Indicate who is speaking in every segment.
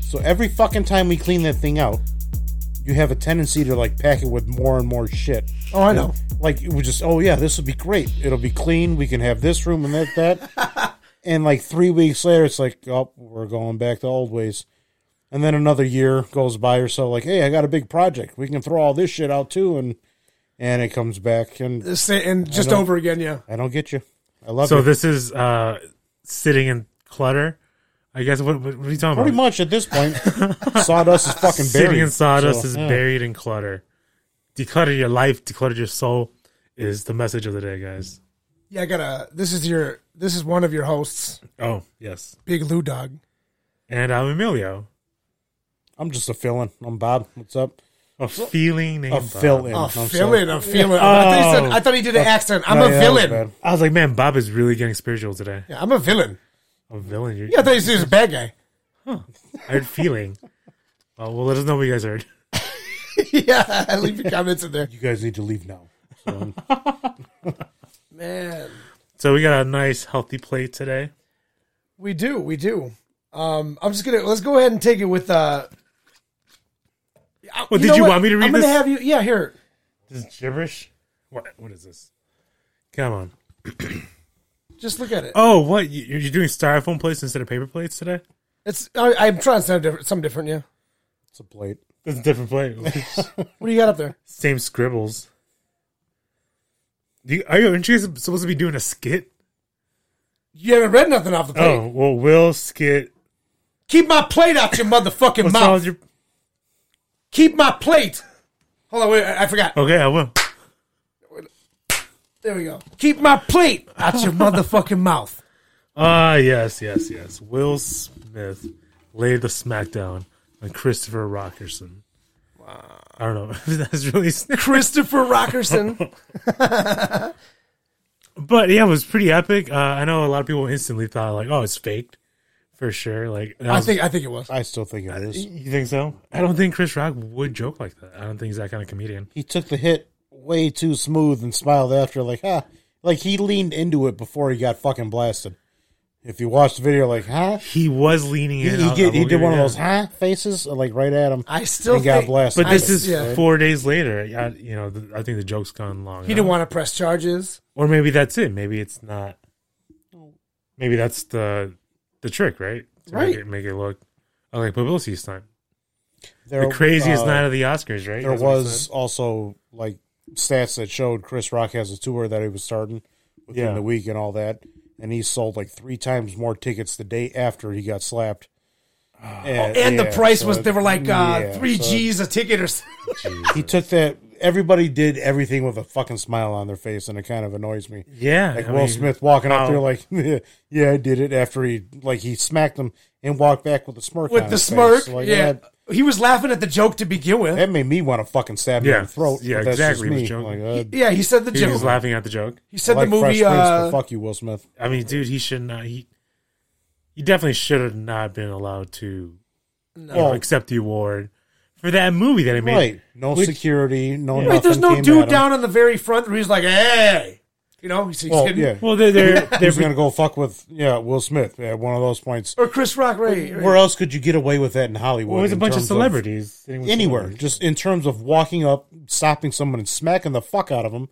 Speaker 1: So every fucking time we clean that thing out, you have a tendency to like pack it with more and more shit.
Speaker 2: Oh, I know.
Speaker 1: Like it was just, oh yeah, this will be great. It'll be clean. We can have this room and that that. and like three weeks later, it's like, oh, we're going back to old ways. And then another year goes by or so. Like, hey, I got a big project. We can throw all this shit out too, and and it comes back. And
Speaker 2: This thing- and just
Speaker 1: know.
Speaker 2: over again, yeah.
Speaker 1: I don't get you. I love
Speaker 3: So
Speaker 1: you.
Speaker 3: this is uh, sitting in clutter. I guess what, what, what are you talking
Speaker 1: Pretty
Speaker 3: about?
Speaker 1: much at this point, sawdust is fucking buried.
Speaker 3: Sitting in sawdust
Speaker 1: So,
Speaker 3: is
Speaker 1: yeah.
Speaker 3: buried in clutter. Declutter your life, declutter your soul is the message of the day, guys.
Speaker 2: Yeah, I got to This is your. This is one of your hosts,
Speaker 3: Oh yes,
Speaker 2: Big Lou Dog.
Speaker 3: and I'm Emilio,
Speaker 1: I'm just a fill-in. I'm Bob. What's up?
Speaker 3: a feeling named
Speaker 1: A
Speaker 3: Bob.
Speaker 1: fill-in.
Speaker 2: A
Speaker 1: I'm sorry.
Speaker 2: villain, a villain. I, thought he
Speaker 3: Oh.
Speaker 2: said, I thought he did an accent. I'm
Speaker 1: No,
Speaker 2: a
Speaker 1: yeah, that was
Speaker 2: villain.
Speaker 1: bad.
Speaker 3: I was like, man, Bob is really getting spiritual today.
Speaker 2: Yeah, I'm a villain.
Speaker 3: A villain. You're,
Speaker 2: Yeah, I thought he said he was a bad guy.
Speaker 3: I heard feeling. Uh, well, let us know what you guys heard.
Speaker 2: yeah, leave your comments in there.
Speaker 1: You guys need to leave now. So,
Speaker 2: Man,
Speaker 3: So we got a nice healthy plate today.
Speaker 2: we do, we do. Um, I'm just gonna let's go ahead and take it with. uh
Speaker 3: Well, did
Speaker 2: know
Speaker 3: you
Speaker 2: what?
Speaker 3: want me to read
Speaker 2: I'm gonna
Speaker 3: this?
Speaker 2: have you. Yeah, here.
Speaker 3: This is gibberish. What? What is this? Come on.
Speaker 2: Just look at it.
Speaker 3: Oh, what? You- You're doing styrofoam plates instead of paper plates today?
Speaker 2: It's. I, I'm trying to sound different. Something different. Yeah.
Speaker 1: it's a plate.
Speaker 3: That's a different plate.
Speaker 2: What do you got up there?
Speaker 3: Same scribbles. Do you, are you, aren't you guys supposed to be doing a skit?
Speaker 2: You haven't read nothing off the plate.
Speaker 3: Oh, well, Will skit.
Speaker 2: Keep my plate out your motherfucking
Speaker 3: What's wrong
Speaker 2: mouth.
Speaker 3: with your,
Speaker 2: Keep my plate. Hold on, wait. I, I forgot.
Speaker 3: okay, I will.
Speaker 2: There we go. Keep my plate out your motherfucking mouth.
Speaker 3: Ah, yes, yes, yes. Will Smith laid the smackdown on Christopher Rockerson. Wow. I don't know. That's really.
Speaker 2: Christopher Rockerson.
Speaker 3: But yeah, it was pretty epic. Uh, I know a lot of people instantly thought, like, oh, it's faked for sure. Like, that
Speaker 2: I
Speaker 3: was-
Speaker 2: think. I think it was.
Speaker 1: I still think it is.
Speaker 3: You think so? I don't think Chris Rock would joke like that. I don't think he's that kind of comedian.
Speaker 1: He took the hit way too smooth and smiled after, like, huh. Like, he leaned into it before he got fucking blasted. If you watch the video, like, huh?
Speaker 3: He was leaning
Speaker 1: He,
Speaker 3: in.
Speaker 1: he,
Speaker 3: I'll- I
Speaker 1: did,
Speaker 3: will
Speaker 1: he
Speaker 3: give
Speaker 1: did
Speaker 3: you
Speaker 1: one of
Speaker 3: that.
Speaker 1: those huh faces, like, right at him.
Speaker 2: I still
Speaker 1: And got
Speaker 2: think-
Speaker 1: blasted.
Speaker 3: But this
Speaker 2: I-
Speaker 3: is
Speaker 2: yeah.
Speaker 3: four days later. I, you know, the, I think the joke's gone long.
Speaker 2: He didn't want to press charges.
Speaker 3: or maybe that's it. Maybe it's not. Maybe that's the the trick, right? To
Speaker 2: Right.
Speaker 3: Make it, make it look uh, like publicity stunt.
Speaker 1: There,
Speaker 3: The craziest
Speaker 1: uh,
Speaker 3: night of the Oscars, right?
Speaker 1: There
Speaker 3: That's what he
Speaker 1: was
Speaker 3: said.
Speaker 1: also, like, stats that showed Chris Rock has a tour that he was starting within
Speaker 3: Yeah.
Speaker 1: the week and all that. And he sold, like, three times more tickets the day after he got slapped. And,
Speaker 2: And
Speaker 1: yeah,
Speaker 2: the price
Speaker 1: so
Speaker 2: was they were like uh,
Speaker 1: yeah,
Speaker 2: three
Speaker 1: so-
Speaker 2: G's a ticket or something.
Speaker 1: He took that. Everybody did everything with a fucking smile on their face, and it kind of annoys me.
Speaker 3: Yeah,
Speaker 1: Like
Speaker 3: I
Speaker 1: Will
Speaker 3: mean,
Speaker 1: Smith walking up
Speaker 3: wow.
Speaker 1: there, like, yeah, yeah, I did it. After he like he smacked him and walked back with a smirk.
Speaker 2: with
Speaker 1: on
Speaker 2: the
Speaker 1: his
Speaker 2: smirk.
Speaker 1: face. Like,
Speaker 2: yeah,
Speaker 1: that,
Speaker 2: he was laughing at the joke to begin with.
Speaker 1: that made me want to fucking stab him
Speaker 3: Yeah.
Speaker 1: in the throat.
Speaker 3: Yeah,
Speaker 1: but that's
Speaker 3: exactly. He was
Speaker 1: Just me.
Speaker 3: joking.
Speaker 1: Like, uh,
Speaker 2: yeah, he said the
Speaker 3: He was
Speaker 2: joke.
Speaker 3: laughing at the joke.
Speaker 2: He said
Speaker 1: I like
Speaker 2: the movie.
Speaker 1: Fresh Prince, but
Speaker 2: uh,
Speaker 1: fuck you, Will Smith.
Speaker 3: I mean, dude, he should not. He he definitely should have not been allowed to you know,
Speaker 1: Well,
Speaker 3: accept the award for that movie that he made.
Speaker 1: right? No
Speaker 3: Which-
Speaker 1: security. No.
Speaker 2: wait, there's
Speaker 1: nothing
Speaker 2: no
Speaker 1: came at
Speaker 2: dude
Speaker 1: him.
Speaker 2: down on the very front where he's like, "Hey," you know, he's, he's
Speaker 1: Well,
Speaker 2: hidden.
Speaker 1: Oh, yeah.
Speaker 3: Well, they're they're, they're
Speaker 1: Who's gonna go fuck with yeah Will Smith at one of those points?
Speaker 2: or Chris Rock, right? right.
Speaker 1: Where else could you get away with that in Hollywood?
Speaker 3: well, it was a
Speaker 1: in
Speaker 3: bunch of
Speaker 1: terms
Speaker 3: celebrities sitting with
Speaker 1: anywhere,
Speaker 3: celebrities.
Speaker 1: just in terms of walking up, stopping someone and smacking the fuck out of them,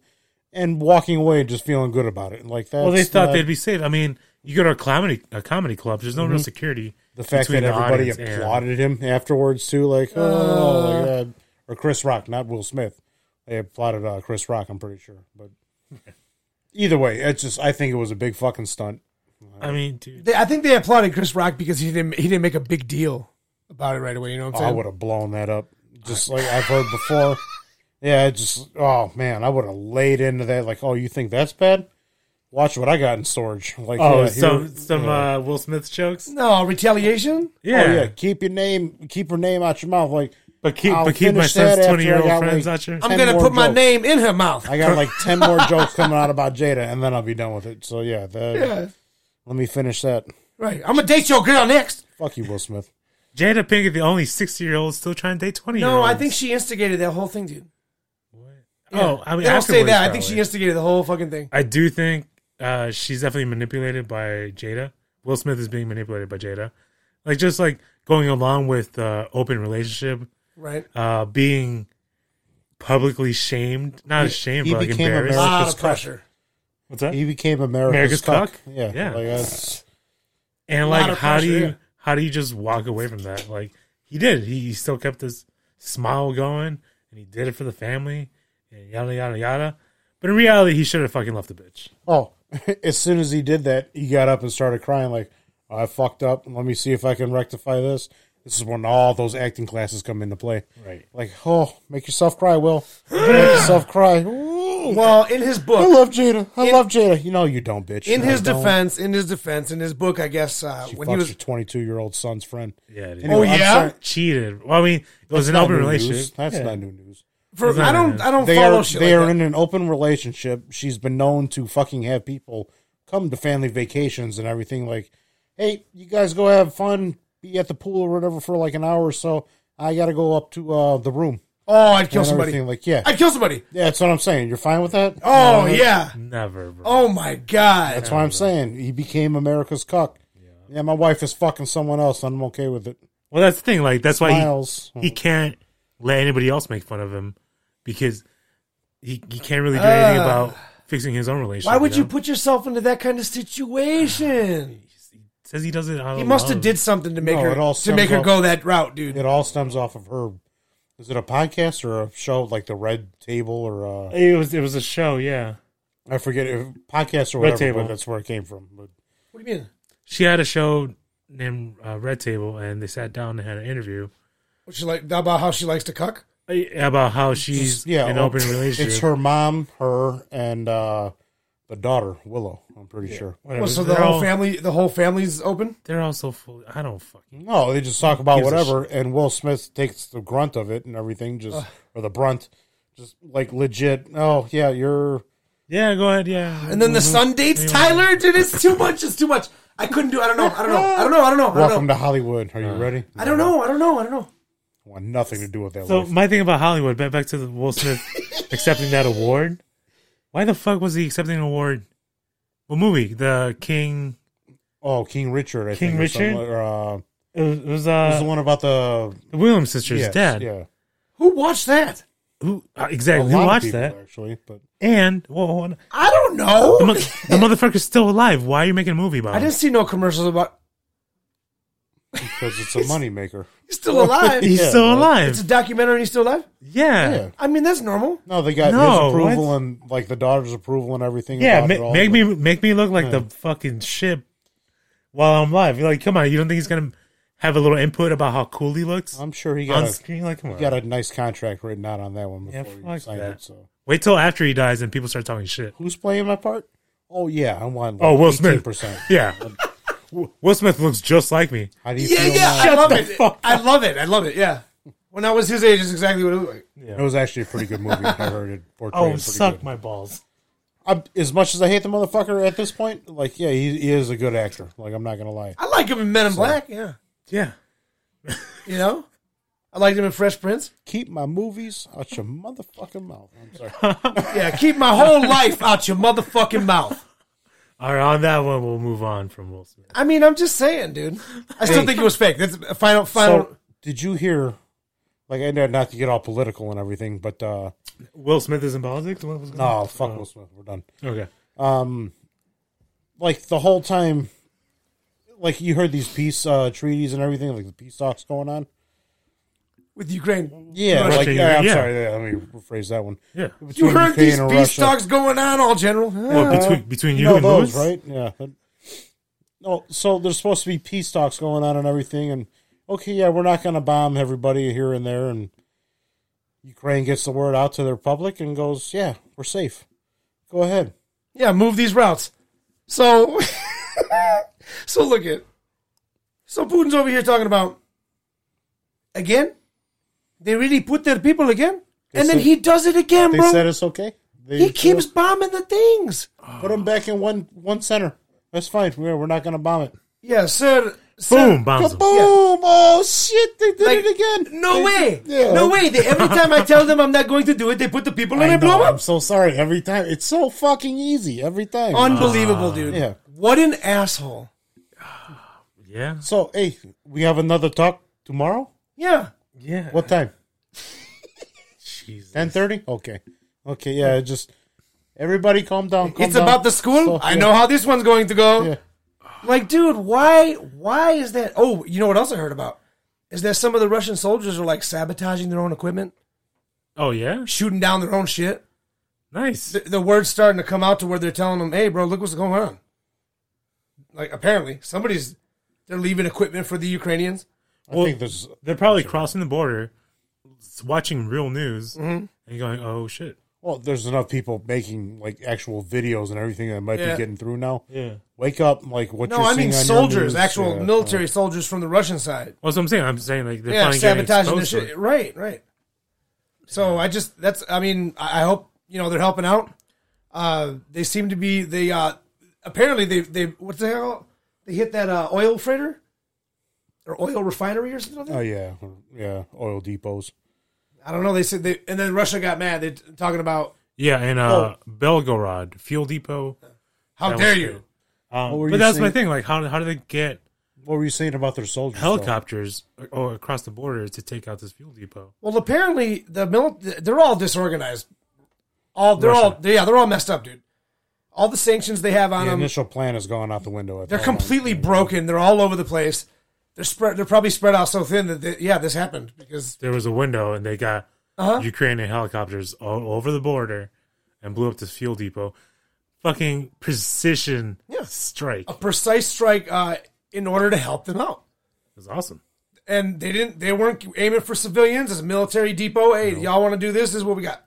Speaker 1: and walking away and just feeling good about it. Like that.
Speaker 3: Well, they thought they'd be safe. I mean, you go to a comedy a comedy club. There's no real security.
Speaker 1: Mm-hmm. the fact that
Speaker 3: between the
Speaker 1: everybody
Speaker 3: audience Uh. and-
Speaker 1: applauded him afterwards too. Like, oh, my God. or Chris Rock, not Will Smith. They applauded uh, Chris Rock. I'm pretty sure, but either way, it's just I think it was a big fucking stunt.
Speaker 3: I mean, dude,
Speaker 2: They- I think they applauded Chris Rock because he didn't he didn't make a big deal about it right away. You know what I'm
Speaker 1: Oh, I
Speaker 2: saying?
Speaker 1: would have blown that up, just like I've heard before. Yeah, it just oh man, I would have laid into that. Like, oh, you think that's bad? Watch what I got in storage. Like,
Speaker 3: oh,
Speaker 1: yeah,
Speaker 3: some
Speaker 1: here-
Speaker 3: some uh, Will Smith jokes.
Speaker 2: no retaliation.
Speaker 3: Yeah,
Speaker 1: Oh yeah, keep your name, keep her name out your mouth. Like,
Speaker 3: but keep
Speaker 1: I'll
Speaker 3: but keep my
Speaker 1: finish that
Speaker 3: son's
Speaker 1: after
Speaker 3: twenty year
Speaker 1: I
Speaker 3: old
Speaker 1: got,
Speaker 3: friends
Speaker 1: like-
Speaker 3: out here.
Speaker 2: I'm
Speaker 1: Ten
Speaker 2: gonna
Speaker 1: more
Speaker 2: put my
Speaker 1: jokes.
Speaker 2: name in her mouth.
Speaker 1: I got like ten more jokes coming out about Jada, and then I'll be done with it. So yeah, the,
Speaker 2: Yeah.
Speaker 1: let me finish that.
Speaker 2: right, I'm gonna date your girl next.
Speaker 1: Fuck you, Will Smith.
Speaker 3: Jada Pinkett, the only sixty year old still trying to date twenty.
Speaker 2: No, I think she instigated that whole thing, dude.
Speaker 3: Oh, I mean,
Speaker 2: they don't say
Speaker 3: afterwards,
Speaker 2: that. I think she
Speaker 3: probably.
Speaker 2: instigated the whole fucking thing.
Speaker 3: I do think uh, she's definitely manipulated by Jada. Will Smith is being manipulated by Jada. Like just like going along with uh, open relationship,
Speaker 2: right?
Speaker 3: uh, being publicly shamed, not ashamed,
Speaker 1: he
Speaker 3: but like
Speaker 1: became
Speaker 3: embarrassed.
Speaker 2: A lot
Speaker 1: America's
Speaker 2: of pressure.
Speaker 3: What's that?
Speaker 1: He became America's,
Speaker 3: America's
Speaker 1: cuck.
Speaker 3: cuck?
Speaker 1: Yeah,
Speaker 3: Yeah.
Speaker 1: Like, that's-
Speaker 3: and
Speaker 2: lot
Speaker 3: like,
Speaker 2: of
Speaker 3: how do
Speaker 2: pressure,
Speaker 3: you
Speaker 2: yeah.
Speaker 3: how do you just walk away from that? Like he did. He, he still kept his smile going, and he did it for the family, and yada yada yada. But in reality, he should have fucking left the bitch.
Speaker 1: oh, as soon as he did that, he got up and started crying. Like I fucked up. Let me see if I can rectify this. This is when all those acting classes come into play.
Speaker 3: Right.
Speaker 1: Like, oh, make yourself cry, Will. Make yourself cry. Ooh.
Speaker 2: Well, in his
Speaker 1: I
Speaker 2: book,
Speaker 1: love Jada. I love Jada. You know you don't, bitch.
Speaker 2: in
Speaker 1: No,
Speaker 2: his
Speaker 1: I don't.
Speaker 2: defense, in his defense, in his book, I guess uh,
Speaker 1: She
Speaker 2: when
Speaker 1: fucks
Speaker 2: he was
Speaker 1: your 22 year old son's friend.
Speaker 3: Yeah. Dude.
Speaker 1: Anyway,
Speaker 2: Oh,
Speaker 1: I'm
Speaker 2: yeah?
Speaker 1: sorry.
Speaker 3: cheated. Well, I mean, it was
Speaker 1: That's
Speaker 3: an
Speaker 1: not
Speaker 3: open
Speaker 1: new
Speaker 3: relationship.
Speaker 1: news. That's
Speaker 3: Yeah.
Speaker 1: not new news.
Speaker 2: for I don't I don't
Speaker 1: They
Speaker 2: follow
Speaker 1: are
Speaker 2: shit
Speaker 1: they
Speaker 2: like
Speaker 1: are
Speaker 2: that.
Speaker 1: in an open relationship. She's been known to fucking have people come to family vacations and everything. Like, hey, you guys go have fun, be at the pool or whatever for like an hour or so. I got to go up to uh, the room.
Speaker 2: oh, I'd kill
Speaker 1: and
Speaker 2: somebody.
Speaker 1: everything. Like, yeah,
Speaker 2: I'd kill somebody.
Speaker 1: yeah, that's what I'm saying. You're fine with that?
Speaker 2: Oh yeah.
Speaker 3: Never, bro.
Speaker 2: Oh my god.
Speaker 1: That's why I'm saying he became America's cuck. Yeah, my wife is fucking someone else. and I'm okay with it.
Speaker 3: Well, that's the thing. Like that's
Speaker 1: Miles,
Speaker 3: why he, he
Speaker 2: Hmm.
Speaker 3: can't let anybody else make fun of him because he he can't really do anything about fixing his own relationship.
Speaker 2: Why would you
Speaker 3: know?
Speaker 2: put yourself into that kind of situation?
Speaker 3: Says he does it. Out
Speaker 2: He
Speaker 3: of
Speaker 2: must have
Speaker 3: love.
Speaker 2: did something to make
Speaker 1: No, it all
Speaker 2: her to
Speaker 1: stems
Speaker 2: make her
Speaker 1: off-
Speaker 2: go that route, dude.
Speaker 1: it all stems off of her. Is it a podcast or a show like the Red Table or uh,
Speaker 3: It was it was a show. Yeah,
Speaker 1: I forget if podcast or
Speaker 3: Red
Speaker 1: whatever?
Speaker 3: Table.
Speaker 1: But that's where it came from. But
Speaker 2: What do you mean?
Speaker 3: she had a show named uh, Red Table, and they sat down and had an interview
Speaker 2: What she like about how she likes to cuck?
Speaker 3: uh, about how she's
Speaker 1: yeah,
Speaker 3: in an
Speaker 2: oh,
Speaker 1: well,
Speaker 3: open relationship.
Speaker 1: it's her mom, her, and uh, the daughter Willow. I'm pretty sure.
Speaker 3: Whatever.
Speaker 2: Well, so the
Speaker 3: they're
Speaker 2: whole
Speaker 3: all,
Speaker 2: family, the whole family's open.
Speaker 3: They're all so full. I don't fucking.
Speaker 1: No, they just talk about
Speaker 3: Gives a
Speaker 1: whatever, and Will Smith takes the grunt of it and everything, just or the brunt, just like legit. Oh yeah, you're
Speaker 3: Yeah, go ahead. Yeah,
Speaker 2: And then the
Speaker 1: Mm-hmm.
Speaker 2: son dates Tyler. Dude, it's too much. It's too much. I couldn't do. I don't know. I don't know. I don't know. I don't know. I don't
Speaker 1: welcome
Speaker 2: know.
Speaker 1: to Hollywood. Are you
Speaker 3: Uh.
Speaker 1: ready?
Speaker 2: I don't know. I don't know. I don't know.
Speaker 1: Want nothing to do with that.
Speaker 3: So
Speaker 1: life.
Speaker 3: my thing about Hollywood, back back to the Will Smith accepting that award. Why the fuck was he accepting an award? What movie? The King.
Speaker 1: Oh, King Richard. I
Speaker 3: King
Speaker 1: think, or something,
Speaker 3: Richard?
Speaker 1: Or, uh, it
Speaker 3: It was, it was,
Speaker 1: was
Speaker 3: uh,
Speaker 1: the one about the
Speaker 3: the Williams sisters'
Speaker 1: yes,
Speaker 3: dad.
Speaker 1: Yeah,
Speaker 2: Who watched that?
Speaker 3: Who uh,
Speaker 1: a
Speaker 3: exactly?
Speaker 1: lot
Speaker 3: Who
Speaker 1: of
Speaker 3: watched
Speaker 1: people,
Speaker 3: that?
Speaker 1: actually? But
Speaker 3: And well, hold on.
Speaker 2: I don't
Speaker 3: the,
Speaker 2: know.
Speaker 3: mo- the motherfucker's still alive. Why are you making a movie about?
Speaker 2: I didn't see no commercials about.
Speaker 1: because it's a moneymaker.
Speaker 2: He's still alive.
Speaker 3: Him? He's
Speaker 1: Yeah,
Speaker 3: still
Speaker 1: well,
Speaker 3: alive.
Speaker 2: It's a documentary. and He's still alive.
Speaker 3: yeah.
Speaker 1: Yeah.
Speaker 3: yeah.
Speaker 2: I mean, that's normal.
Speaker 1: No, they got
Speaker 3: No,
Speaker 1: his approval
Speaker 3: what?
Speaker 1: and like the daughter's approval and everything. about it
Speaker 3: ma-
Speaker 1: all,
Speaker 3: make
Speaker 1: but-
Speaker 3: me make me look like the fucking ship while I'm live. You're like, come on, you don't think he's gonna have a little input about how cool he looks
Speaker 1: I'm sure he
Speaker 3: on
Speaker 1: got a,
Speaker 3: screen? Like, come on.
Speaker 1: he got a nice contract written out on that one before
Speaker 3: fuck
Speaker 1: he signed
Speaker 3: that.
Speaker 1: it. So
Speaker 3: Wait till after he dies and people start talking shit.
Speaker 1: who's playing my part? Oh yeah, I'm on. Like
Speaker 3: Oh, Will Smith.
Speaker 1: Percent.
Speaker 3: Yeah. W- Will Smith looks just like me.
Speaker 1: How do you
Speaker 2: Yeah,
Speaker 1: feel?
Speaker 2: yeah.
Speaker 1: now?
Speaker 2: I love
Speaker 3: the
Speaker 2: it.
Speaker 3: fuck
Speaker 2: I love it. I love it. Yeah. When I was his age, is exactly what it looked like.
Speaker 1: It was actually a pretty good movie. I heard it portrayed
Speaker 3: Oh,
Speaker 1: pretty
Speaker 3: suck
Speaker 1: good.
Speaker 3: my balls.
Speaker 1: I'm, as much as I hate the motherfucker at this point, like yeah, he, he is a good actor. Like I'm not gonna lie.
Speaker 2: I like him in Men in Black. Yeah.
Speaker 3: Yeah.
Speaker 2: You know, I liked him in Fresh Prince.
Speaker 1: Keep my movies out your motherfucking mouth. I'm sorry.
Speaker 2: Yeah, keep my whole life out your motherfucking mouth.
Speaker 3: All right, on that one, we'll move on from Will Smith.
Speaker 2: I mean, I'm just saying, dude. I still think it was fake. That's a final, final.
Speaker 1: so, did you hear? Like, I know not to get all political and everything, but uh,
Speaker 3: Will Smith is in politics? What was going
Speaker 1: no, fuck Will Smith. We're done.
Speaker 3: Okay.
Speaker 1: like the whole time like you heard these peace uh treaties and everything like the peace talks going on
Speaker 2: with Ukraine.
Speaker 1: yeah
Speaker 3: Russia,
Speaker 1: like yeah, i'm
Speaker 3: yeah.
Speaker 1: sorry yeah, let me rephrase that one
Speaker 3: Yeah.
Speaker 2: You
Speaker 1: Between
Speaker 2: heard
Speaker 1: Ukraine
Speaker 2: these
Speaker 1: and
Speaker 2: peace
Speaker 1: Russia.
Speaker 2: talks going on, all general. Huh?
Speaker 3: Well, between, between you,
Speaker 1: you know
Speaker 3: and
Speaker 1: those
Speaker 3: Lewis?
Speaker 1: right yeah no Oh, so there's supposed to be peace talks going on and everything and okay yeah we're not going to bomb everybody here and there and ukraine gets the word out to their public and goes yeah we're safe go ahead
Speaker 2: Yeah, move these routes. So, so look at. So Putin's over here talking about again. They really put their people again, and then
Speaker 1: said-
Speaker 2: he does it again,
Speaker 1: they
Speaker 2: bro.
Speaker 1: said it's okay they
Speaker 2: he keeps bombing the things.
Speaker 1: put them back in one one center that's fine we're, we're not going to bomb it
Speaker 2: Yeah, sir. sir
Speaker 3: Boom, bombs him.
Speaker 1: Boom! Oh shit! They did
Speaker 2: Like,
Speaker 1: it again.
Speaker 2: No
Speaker 1: They-
Speaker 2: way!
Speaker 1: Yeah.
Speaker 2: No way! They, every time I tell them I'm not going to do it, they put the people in
Speaker 1: I
Speaker 2: and blow
Speaker 1: know, I'm
Speaker 2: up.
Speaker 1: so sorry. Every time, it's so fucking easy. Every time.
Speaker 2: Unbelievable, dude.
Speaker 1: yeah.
Speaker 2: What an asshole.
Speaker 3: Yeah.
Speaker 1: so hey, we have another talk tomorrow.
Speaker 2: Yeah.
Speaker 3: Yeah.
Speaker 1: What time?
Speaker 3: Jesus.
Speaker 1: Ten thirty. Okay. Okay. Yeah. it Just everybody, calm down. calm
Speaker 2: it's
Speaker 1: down.
Speaker 2: about the school.
Speaker 1: So,
Speaker 2: I
Speaker 1: yeah.
Speaker 2: know how this one's going to go.
Speaker 1: Yeah.
Speaker 2: Like, dude, why? Why is that? Oh, you know what else I heard about is that some of the Russian soldiers are like sabotaging their own equipment,
Speaker 3: Oh yeah.
Speaker 2: shooting down their own shit.
Speaker 3: Nice.
Speaker 2: The, the word's starting to come out to where they're telling them, "Hey, bro, look what's going on." Like, apparently, somebody's they're leaving equipment for the Ukrainians.
Speaker 1: I think there's
Speaker 3: They're probably crossing the border, s- watching real news,
Speaker 1: Mm-hmm.
Speaker 3: and going, "Oh shit."
Speaker 1: well, there's enough people making like actual videos and everything that might
Speaker 2: Yeah.
Speaker 1: be getting through now.
Speaker 3: Yeah.
Speaker 1: Wake up, like what?
Speaker 2: No,
Speaker 1: you're
Speaker 2: I
Speaker 1: seeing
Speaker 2: mean
Speaker 1: on your
Speaker 2: soldiers,
Speaker 1: news.
Speaker 2: actual
Speaker 1: Yeah.
Speaker 2: military soldiers from the Russian side.
Speaker 3: Well, that's what I'm saying. I'm saying like they're
Speaker 2: yeah,
Speaker 3: finally getting
Speaker 2: sabotaging the
Speaker 3: exposed to
Speaker 2: shit. Right, right. So I just that's I mean I I hope you know they're helping out. Uh, they seem to be they uh apparently they they what's the hell they hit that uh, oil freighter or oil refinery or something. Like that?
Speaker 1: Oh yeah, yeah. Oil depots.
Speaker 2: I don't know. They said they and then Russia got mad. They're talking about
Speaker 3: Yeah, and uh,
Speaker 1: Oh.
Speaker 3: Belgorod fuel depot.
Speaker 2: how
Speaker 3: That was
Speaker 2: dare
Speaker 3: good.
Speaker 2: you?
Speaker 3: Um,
Speaker 1: What were
Speaker 3: but
Speaker 1: you
Speaker 3: that's my
Speaker 1: saying?
Speaker 3: thing. Like, how how do they get
Speaker 1: What were you saying about their soldiers? though?
Speaker 3: helicopters or, or across the border to take out this fuel depot?
Speaker 2: Well, apparently the mil- they're all disorganized. All they're all
Speaker 3: Russia.
Speaker 2: they, yeah they're all messed up, dude. All the sanctions they have on
Speaker 1: The
Speaker 2: them.
Speaker 1: initial plan has gone out the window. At
Speaker 2: Um, They're
Speaker 1: that point.
Speaker 2: completely broken. They're all over the place. They're spread. They're probably spread out so thin that they, yeah, this happened because
Speaker 3: There was a window, and they got
Speaker 2: Uh-huh.
Speaker 3: Ukrainian helicopters all over the border and blew up this fuel depot. Fucking precision
Speaker 2: Yeah. Oh.
Speaker 3: strike.
Speaker 2: a precise strike uh, in order to help them out.
Speaker 3: It was awesome.
Speaker 2: And they didn't. They weren't aiming for civilians. It's a military depot. Hey, y'all want to do this? This is what we got.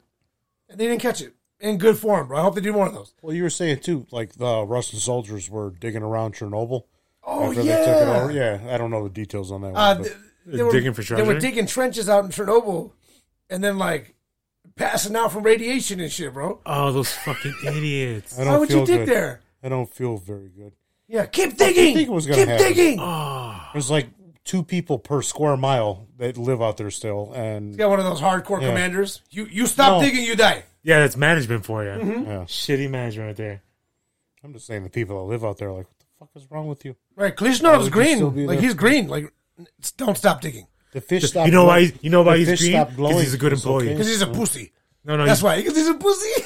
Speaker 2: And they didn't catch it. In good form, bro. I hope they do more of those.
Speaker 1: Well, you were saying too, like the Russian soldiers were digging around Chernobyl.
Speaker 2: Oh
Speaker 1: after
Speaker 2: yeah.
Speaker 1: they took it over. Yeah, I don't know the details on that one.
Speaker 2: Uh,
Speaker 1: but-
Speaker 2: th- they were
Speaker 3: Digging for
Speaker 2: They were
Speaker 3: treasure?
Speaker 2: digging trenches out in Chernobyl, and then like passing out from radiation and shit, bro.
Speaker 3: Oh, those fucking idiots.
Speaker 1: I don't
Speaker 2: Why would
Speaker 1: feel
Speaker 2: you dig
Speaker 1: good.
Speaker 2: there?
Speaker 1: I don't feel very good.
Speaker 2: Yeah, keep digging.
Speaker 1: think it was gonna
Speaker 2: keep
Speaker 1: happen.
Speaker 2: digging.
Speaker 3: Oh.
Speaker 1: There's like two people per square mile that live out there still, and
Speaker 2: Yeah, one of those hardcore
Speaker 1: Yeah.
Speaker 2: commanders. You you stop
Speaker 1: No.
Speaker 2: digging, you die.
Speaker 3: Yeah, that's management for you.
Speaker 2: Mm-hmm.
Speaker 1: Yeah.
Speaker 3: Shitty management right there.
Speaker 1: I'm just saying the people that live out there, are like, what the fuck is wrong with you?
Speaker 2: Right, Klishnov's
Speaker 1: would you still be
Speaker 2: green. Like
Speaker 1: there?
Speaker 2: he's green. Like it's- don't stop digging
Speaker 1: The fish stopped.
Speaker 3: you know why?
Speaker 1: glowing-
Speaker 3: he's- You know why
Speaker 1: the
Speaker 3: he's
Speaker 1: fish
Speaker 3: green?
Speaker 1: stopped
Speaker 3: Because he's a good
Speaker 1: It's
Speaker 3: employee.
Speaker 1: okay.
Speaker 2: because he's a pussy.
Speaker 3: No, no,
Speaker 2: That's
Speaker 3: he's-
Speaker 2: why because he's a pussy.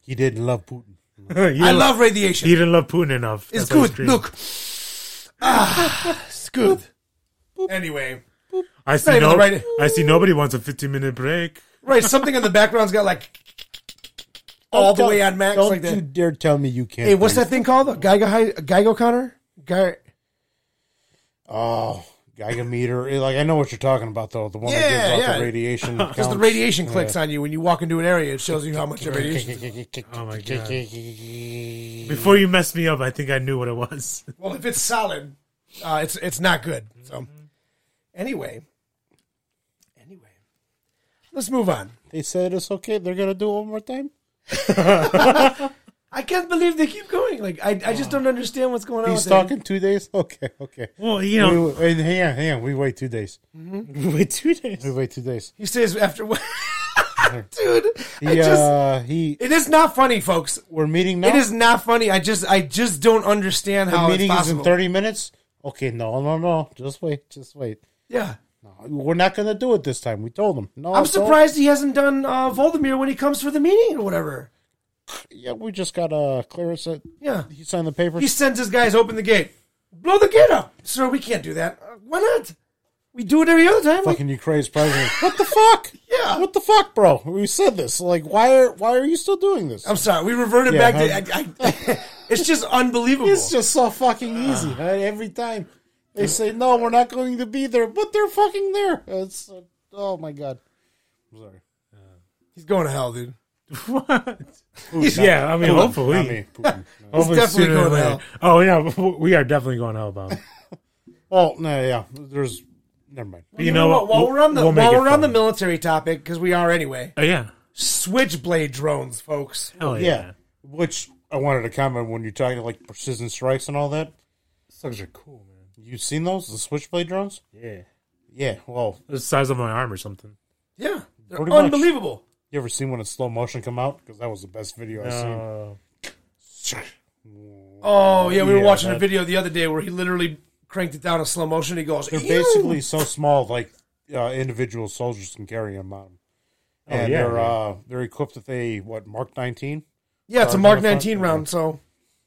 Speaker 1: He didn't love Putin.
Speaker 3: you didn't-
Speaker 2: I love
Speaker 3: He
Speaker 2: radiation.
Speaker 3: didn't love Putin enough.
Speaker 2: It's
Speaker 3: That's why he's
Speaker 2: good.
Speaker 3: green.
Speaker 2: Look, ah, it's good. Anyway,
Speaker 3: I see
Speaker 2: not even
Speaker 3: no.
Speaker 2: the right-
Speaker 3: I see nobody wants a 15 minute break.
Speaker 2: right, something in the background's got like all the
Speaker 1: Don't-
Speaker 2: way on max
Speaker 1: Don't
Speaker 2: like
Speaker 1: you
Speaker 2: that.
Speaker 1: dare tell me you can't.
Speaker 2: Hey, what's
Speaker 1: breathe.
Speaker 2: that thing called? Geiger Geiger Connor? Geiger.
Speaker 1: Oh, Gigameter. Eh, Like I know what you're talking about though. The one that
Speaker 2: Yeah,
Speaker 1: gives out
Speaker 2: yeah.
Speaker 1: the radiation.
Speaker 2: Because the radiation clicks on you when you walk into an area. It shows you how much the radiation.
Speaker 1: Oh
Speaker 3: my God. Before you messed me up, I think I knew what it was.
Speaker 2: Well, if it's solid, uh, it's it's not good. So, anyway, anyway, let's move on.
Speaker 1: They said it's okay. They're gonna do it one more time.
Speaker 2: I can't believe they keep going. Like I, I just don't understand what's going on.
Speaker 1: He's
Speaker 2: with that.
Speaker 1: talking two days. Okay, okay.
Speaker 3: Well, you
Speaker 1: We,
Speaker 3: know,
Speaker 1: wait, hang on, hang on. We wait two days.
Speaker 3: wait two days.
Speaker 1: We wait two days.
Speaker 2: He says after what, dude? I
Speaker 1: He,
Speaker 2: just,
Speaker 1: uh, he.
Speaker 2: it is not funny, folks.
Speaker 1: We're meeting now.
Speaker 2: It is not funny. I just, I just don't understand
Speaker 1: The
Speaker 2: how it's
Speaker 1: meeting is
Speaker 2: possible.
Speaker 1: in thirty minutes. Okay, no, no, no. Just wait, just wait.
Speaker 2: yeah,
Speaker 1: We're not gonna do it this time. We told him. No,
Speaker 2: I'm
Speaker 1: don't.
Speaker 2: surprised he hasn't done uh, Voldemir when he comes for the meeting or whatever.
Speaker 1: Yeah, we just got a clearance. That
Speaker 2: Yeah,
Speaker 1: he signed the papers.
Speaker 2: He sends his guys open the gate. Blow the gate up. Sir, we can't do that. "Uh, why not? We do it every other time. Like,
Speaker 1: Fucking Ukraine's president. what the fuck?
Speaker 2: Yeah.
Speaker 1: What the fuck, bro? We said this. Like, why are why are you still doing this?
Speaker 2: I'm sorry. We reverted
Speaker 1: Yeah,
Speaker 2: back to. I, I, it's just unbelievable.
Speaker 1: It's just so fucking easy huh? every time. They say no, we're not going to be there, but they're fucking there. It's uh, oh my god. I'm sorry.
Speaker 2: He's going to hell, dude.
Speaker 3: What?
Speaker 2: He's,
Speaker 3: Yeah, I mean,
Speaker 1: Putin,
Speaker 3: hopefully.
Speaker 1: not me, Putin. No.
Speaker 3: Hopefully
Speaker 2: definitely
Speaker 3: sooner than
Speaker 2: going to
Speaker 3: later. Oh yeah, we are definitely going hell bound.
Speaker 1: Oh no, yeah. There's never mind.
Speaker 3: You know what?
Speaker 2: While we're on the
Speaker 3: We'll make
Speaker 2: while
Speaker 3: it
Speaker 2: we're on the
Speaker 3: fun.
Speaker 2: military topic, because we are anyway.
Speaker 3: Oh, yeah.
Speaker 2: Switchblade drones, folks.
Speaker 3: Hell
Speaker 1: Yeah.
Speaker 3: yeah.
Speaker 1: Which I wanted to comment when you're talking like precision strikes and all that.
Speaker 3: Suckers are cool, man.
Speaker 1: You've seen those the switchblade drones?
Speaker 3: Yeah.
Speaker 1: Yeah. Well,
Speaker 3: The size of my arm or something.
Speaker 2: Yeah, they're
Speaker 1: Pretty much.
Speaker 2: unbelievable.
Speaker 1: you ever seen one in slow motion come out? Because that was the best video I've seen.
Speaker 3: Oh.
Speaker 2: Oh yeah, we were
Speaker 3: Yeah,
Speaker 2: watching a
Speaker 3: that-
Speaker 2: video the other day where he literally cranked it down in slow motion. He goes,
Speaker 1: They're
Speaker 2: "Ew."
Speaker 1: basically so small, like uh, individual soldiers can carry them on. 'em. um, And
Speaker 3: yeah,
Speaker 1: they're
Speaker 3: yeah.
Speaker 1: uh, they're equipped with a what Mark 19,
Speaker 2: yeah, it's a
Speaker 1: Sorry,
Speaker 2: Mark
Speaker 1: motherfucker.
Speaker 2: 19 round, so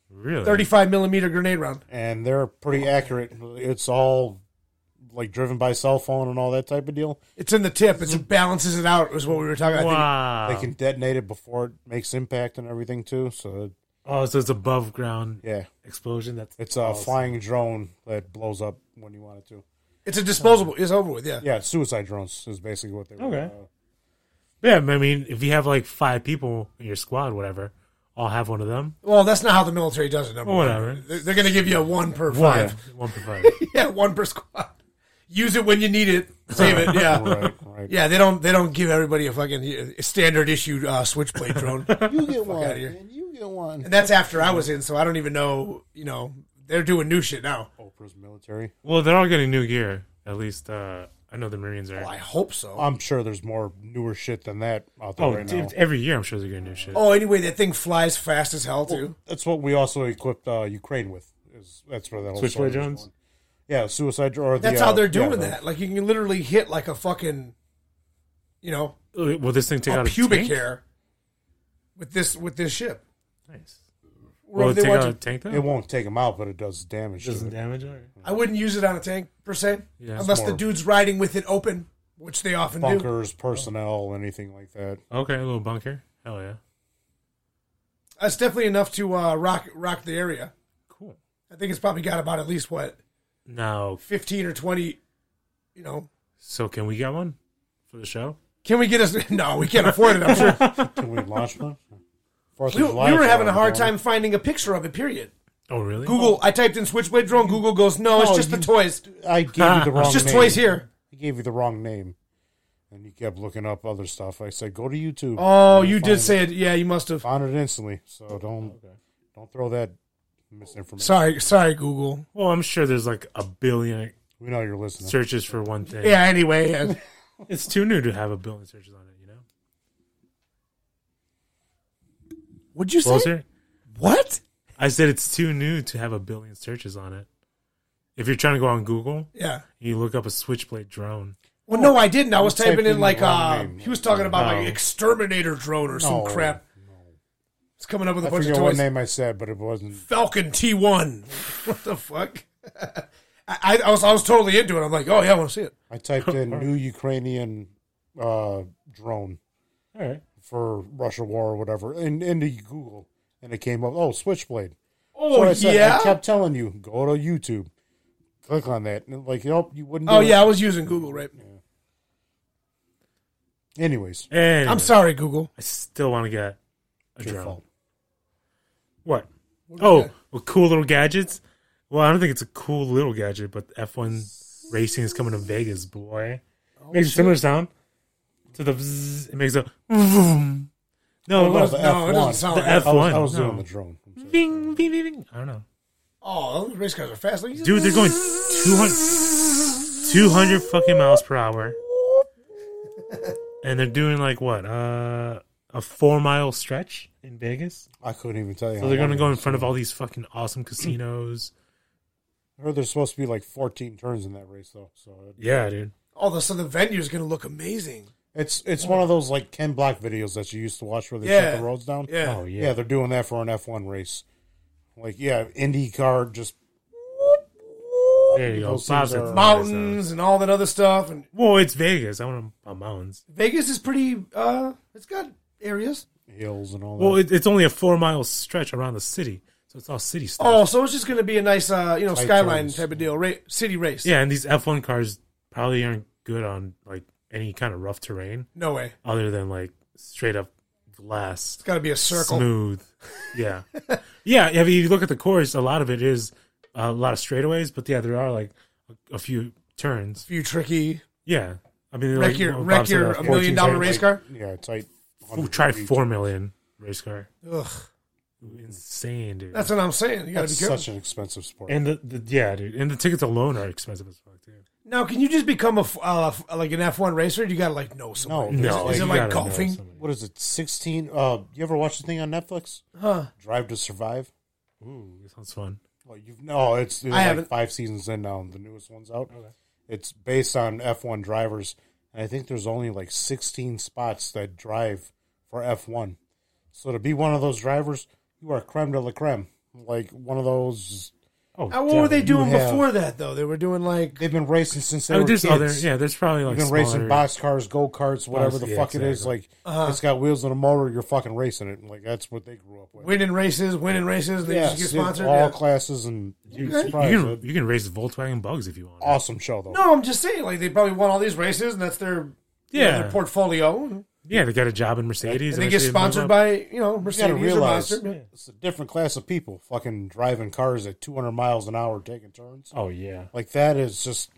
Speaker 3: Really?
Speaker 2: 35 millimeter grenade round.
Speaker 1: and they're pretty accurate. It's all like driven by cell phone and all that type of deal.
Speaker 2: It's in the tip.
Speaker 3: Mm-hmm.
Speaker 2: It's, it balances it out. Is what we were talking. about. I think
Speaker 3: Wow.
Speaker 1: They can detonate it before it makes impact and everything too. So
Speaker 3: oh, so it's above ground
Speaker 1: yeah,
Speaker 3: explosion. That's
Speaker 1: it's
Speaker 2: uh,
Speaker 1: a flying drone that blows up when you want it to.
Speaker 2: it's a disposable. It's over with. Yeah.
Speaker 1: Yeah, suicide drones is basically what they were.
Speaker 3: Okay.
Speaker 1: uh,
Speaker 3: Yeah, I mean, if you have like five people in your squad, whatever, I'll have one of them.
Speaker 2: Well, that's not how the military does it. Number
Speaker 3: Or
Speaker 2: one.
Speaker 3: whatever.
Speaker 2: They're, they're going to give you a one per five.
Speaker 3: Yeah, one per five.
Speaker 2: yeah, one per squad. Use it when you need it. Save it. Yeah.
Speaker 1: right, right.
Speaker 2: Yeah, they don't they don't give everybody a fucking uh, standard issue uh, switchblade drone, and
Speaker 1: You get one.
Speaker 2: outta here.
Speaker 1: man, you get one.
Speaker 2: that's after I was in, so I don't even know. You know, they're doing new shit now.
Speaker 1: Oprah's military.
Speaker 3: well, they're all getting new gear. At least uh, I know the Marines are.
Speaker 2: I hope so.
Speaker 1: I'm sure there's more newer shit than that out there
Speaker 3: Oh,
Speaker 1: right
Speaker 3: dude,
Speaker 1: now.
Speaker 3: every year I'm sure they're getting new shit.
Speaker 2: Oh, anyway, that thing flies fast as hell too.
Speaker 1: That's what we also equipped uh, Ukraine with. Is that's where that whole
Speaker 3: Switchblade
Speaker 1: soldiers
Speaker 3: drones?
Speaker 1: one. Yeah, suicide dr- or the,
Speaker 2: That's how
Speaker 1: uh,
Speaker 2: they're
Speaker 1: yeah,
Speaker 2: doing
Speaker 1: the-
Speaker 2: that. Like you can literally hit like a fucking, you know,
Speaker 3: Will this thing take
Speaker 2: a
Speaker 3: out
Speaker 2: pubic
Speaker 3: a tank?
Speaker 2: hair with this with this ship.
Speaker 3: Nice.
Speaker 2: Or
Speaker 3: Will
Speaker 2: if they
Speaker 3: it take
Speaker 2: want
Speaker 3: out a
Speaker 2: to-
Speaker 3: tank though?
Speaker 1: It won't take them out, but it does damage. to
Speaker 3: doesn't
Speaker 1: it.
Speaker 3: damage it. or-
Speaker 2: I wouldn't use it on a tank per se,
Speaker 3: Yeah, it's
Speaker 2: unless the
Speaker 1: more-
Speaker 2: dude's riding with it open, which they often do.
Speaker 1: Bunkers, personnel, anything like that.
Speaker 3: Okay, a little bunker. Hell yeah.
Speaker 2: That's definitely enough to uh, rock rock the area.
Speaker 3: Cool.
Speaker 2: I think it's probably got about at least what
Speaker 3: Now,
Speaker 2: fifteen or twenty. You know,
Speaker 3: so can we get one for the show?
Speaker 2: can we get us? No, we can't afford it. I'm sure.
Speaker 1: Can we launch one? Fourth
Speaker 2: We,
Speaker 1: of July
Speaker 2: we were
Speaker 1: is
Speaker 2: having a
Speaker 1: around
Speaker 2: hard
Speaker 1: the corner.
Speaker 2: time finding a picture of it. Period.
Speaker 3: Oh, really?
Speaker 2: Google. I typed in switchblade drone. Google goes, no, it's
Speaker 1: No,
Speaker 2: just the
Speaker 1: you-
Speaker 2: toys.
Speaker 1: I gave you the wrong.
Speaker 2: It's just
Speaker 1: name.
Speaker 2: toys here.
Speaker 1: I gave you the wrong name, and you kept looking up other stuff. I said, go to YouTube.
Speaker 2: Oh,
Speaker 1: You'll
Speaker 2: you
Speaker 1: find
Speaker 2: did
Speaker 1: it.
Speaker 2: say it. Yeah, you must have.
Speaker 1: Found it instantly. So don't don't throw that misinformation.
Speaker 2: Sorry, sorry, Google.
Speaker 3: Well, I'm sure there's like a billion
Speaker 1: we know you're listening.
Speaker 3: searches for one thing.
Speaker 2: Yeah. Anyway, uh,
Speaker 3: It's too new to have a billion searches on it, you know?
Speaker 2: would you say
Speaker 3: Closer?
Speaker 2: what?
Speaker 3: I said it's too new to have a billion searches on it. If you're trying to go on Google,
Speaker 2: Yeah.
Speaker 3: you look up a switchblade drone.
Speaker 2: Well,
Speaker 1: Oh,
Speaker 2: no, I didn't. I was
Speaker 1: typed
Speaker 2: typing
Speaker 1: in
Speaker 2: in
Speaker 1: the
Speaker 2: like
Speaker 1: wrong
Speaker 2: uh,
Speaker 1: name.
Speaker 2: he was talking about
Speaker 3: No.
Speaker 2: like exterminator drone or some
Speaker 1: No,
Speaker 2: crap. It's coming up with a
Speaker 1: I
Speaker 2: bunch
Speaker 1: forget
Speaker 2: of
Speaker 1: what
Speaker 2: toys.
Speaker 1: name I said, but it wasn't.
Speaker 2: Falcon T one. what the fuck? I, I was I was totally into it. I'm like, oh yeah, I want to see it.
Speaker 1: I typed in new Ukrainian uh, drone
Speaker 3: All right.
Speaker 1: for Russia war or whatever in, into Google, and it came up. Oh, Switchblade.
Speaker 2: Oh
Speaker 1: I, said,
Speaker 2: yeah.
Speaker 1: I kept telling you, go to YouTube, click on that, and like, nope, you wouldn't. Do
Speaker 2: oh
Speaker 1: it.
Speaker 2: yeah, I was using Google right.
Speaker 1: Anyways,
Speaker 3: And
Speaker 2: I'm sorry, Google.
Speaker 3: I still want to get a
Speaker 1: your
Speaker 3: drone.
Speaker 1: fault.
Speaker 3: What? oh,
Speaker 2: that?
Speaker 3: well, cool little gadgets. Well, I don't think it's a cool little gadget, but F1 racing is coming to Vegas, boy.
Speaker 1: Oh,
Speaker 3: makes a similar sound to the. Bzzz. It makes a.
Speaker 1: Oh,
Speaker 3: vroom. No,
Speaker 1: no,
Speaker 3: it
Speaker 1: Oh, the
Speaker 3: was
Speaker 2: No, it doesn't
Speaker 1: F1.
Speaker 2: sound
Speaker 3: the
Speaker 2: like that.
Speaker 1: I was,
Speaker 3: F1.
Speaker 1: I was
Speaker 3: no.
Speaker 1: doing the drone.
Speaker 3: Bing, bing, bing, bing. I don't know.
Speaker 2: Oh, those race cars are fast. Look,
Speaker 3: Dude, they're going 200, 200 fucking miles per hour. And they're doing like what? Uh, a four mile stretch in Vegas?
Speaker 2: Mm-hmm.
Speaker 1: I couldn't even tell you.
Speaker 3: So they're going to go in front of all these fucking awesome casinos.
Speaker 1: I heard there's supposed to be like 14 turns in that race, though. So it-
Speaker 3: Yeah, dude.
Speaker 2: Oh, the, so the venue is going to look amazing.
Speaker 1: it's it's one of those like Ken Block videos that you used to watch where they
Speaker 2: Yeah.
Speaker 1: shut the roads down.
Speaker 2: Yeah.
Speaker 3: Oh,
Speaker 1: Yeah.
Speaker 3: yeah.
Speaker 1: they're doing that for an F1 race. Like, yeah, IndyCar just
Speaker 3: There you go.
Speaker 1: Those
Speaker 3: Bob's
Speaker 1: things
Speaker 3: at
Speaker 1: are-
Speaker 2: Mountains and all that other stuff. And
Speaker 3: Well, it's Vegas. I want
Speaker 2: Oh,
Speaker 3: to mountains.
Speaker 2: Vegas is pretty. uh It's got areas.
Speaker 1: hills and all
Speaker 3: Well,
Speaker 1: that.
Speaker 3: it, it's only a four mile stretch around the city, so it's all city stuff.
Speaker 2: Oh, so it's just going to be a nice, uh, you know,
Speaker 1: Tight
Speaker 2: skyline
Speaker 1: turns.
Speaker 2: type of deal, ra- city race.
Speaker 3: Yeah, and these F one cars probably aren't good on like any kind of rough terrain
Speaker 2: No way.
Speaker 3: other than like straight up glass,
Speaker 2: It's got to be a circle.
Speaker 3: smooth. Yeah, yeah. If you look at the course, a lot of it is uh, a lot of straightaways, but yeah, there are like a, a few turns.
Speaker 2: Few tricky.
Speaker 3: Yeah, I mean,
Speaker 2: Wreck
Speaker 3: like,
Speaker 2: your,
Speaker 3: well,
Speaker 2: wreck
Speaker 3: Bob said,
Speaker 2: your
Speaker 3: uh,
Speaker 2: a
Speaker 3: 14
Speaker 2: million dollar
Speaker 3: turns.
Speaker 2: race car.
Speaker 1: yeah, tight.
Speaker 3: We'll try four million race car.
Speaker 2: Ugh,
Speaker 3: Insane, dude.
Speaker 2: that's what I'm saying. You got to
Speaker 1: That's
Speaker 2: be careful.
Speaker 1: such an expensive sport.
Speaker 3: And the, the yeah, dude, and the tickets alone are expensive as fuck, dude.
Speaker 2: now, can you just become a f- uh, f- like an F1 racer? You got to like know
Speaker 1: no,
Speaker 2: somebody.
Speaker 1: there's,
Speaker 3: No,
Speaker 1: like,
Speaker 2: Is it
Speaker 3: you
Speaker 2: like
Speaker 3: gotta know
Speaker 2: golfing?
Speaker 3: somebody.
Speaker 1: what is it? 16. Uh, you ever watch the thing on Netflix?
Speaker 2: Huh.
Speaker 1: Drive to Survive.
Speaker 3: Ooh, that sounds fun.
Speaker 1: Well, you've no, it's, it's
Speaker 2: I
Speaker 1: like
Speaker 2: haven't.
Speaker 1: five seasons in now. The newest one's out. It's based on F1 drivers, and I think there's only like 16 spots that drive for F1. So to be one of those drivers, you are creme de la creme. Like one of those,
Speaker 3: Oh,
Speaker 2: Uh, what were they
Speaker 3: definitely.
Speaker 2: doing
Speaker 1: have-
Speaker 2: before that though? They were doing like
Speaker 1: they've been racing since they
Speaker 3: I mean,
Speaker 1: were
Speaker 3: there's
Speaker 1: kids.
Speaker 3: other. Yeah, there's probably like
Speaker 1: You've been racing
Speaker 3: smaller-
Speaker 1: box cars, go karts, whatever the
Speaker 3: yeah,
Speaker 1: fuck it is.
Speaker 3: exactly.
Speaker 1: Like
Speaker 2: Uh-huh.
Speaker 1: it's got wheels and a motor. You're fucking racing it. Like that's what they grew up with.
Speaker 2: winning races, winning races. They
Speaker 1: Yes,
Speaker 2: just get
Speaker 1: it's
Speaker 2: sponsored.
Speaker 1: all
Speaker 2: yeah.
Speaker 1: classes and you'd be
Speaker 2: Okay.
Speaker 1: surprised.
Speaker 3: You
Speaker 1: It'd
Speaker 3: can
Speaker 1: be
Speaker 3: you can race Volkswagen bugs if you want.
Speaker 1: awesome show though.
Speaker 2: no, I'm just saying. Like they probably won all these races, and that's their yeah
Speaker 3: Yeah.
Speaker 2: their portfolio.
Speaker 3: Yeah, they got a job in Mercedes.
Speaker 2: And they get
Speaker 3: actually
Speaker 2: sponsored
Speaker 3: move up.
Speaker 2: by you know
Speaker 1: You gotta
Speaker 2: Mercedes
Speaker 1: realize
Speaker 2: or Monster.
Speaker 1: it's a different class of people fucking driving cars at 200 miles an hour taking turns.
Speaker 3: Oh yeah,
Speaker 1: Like that is just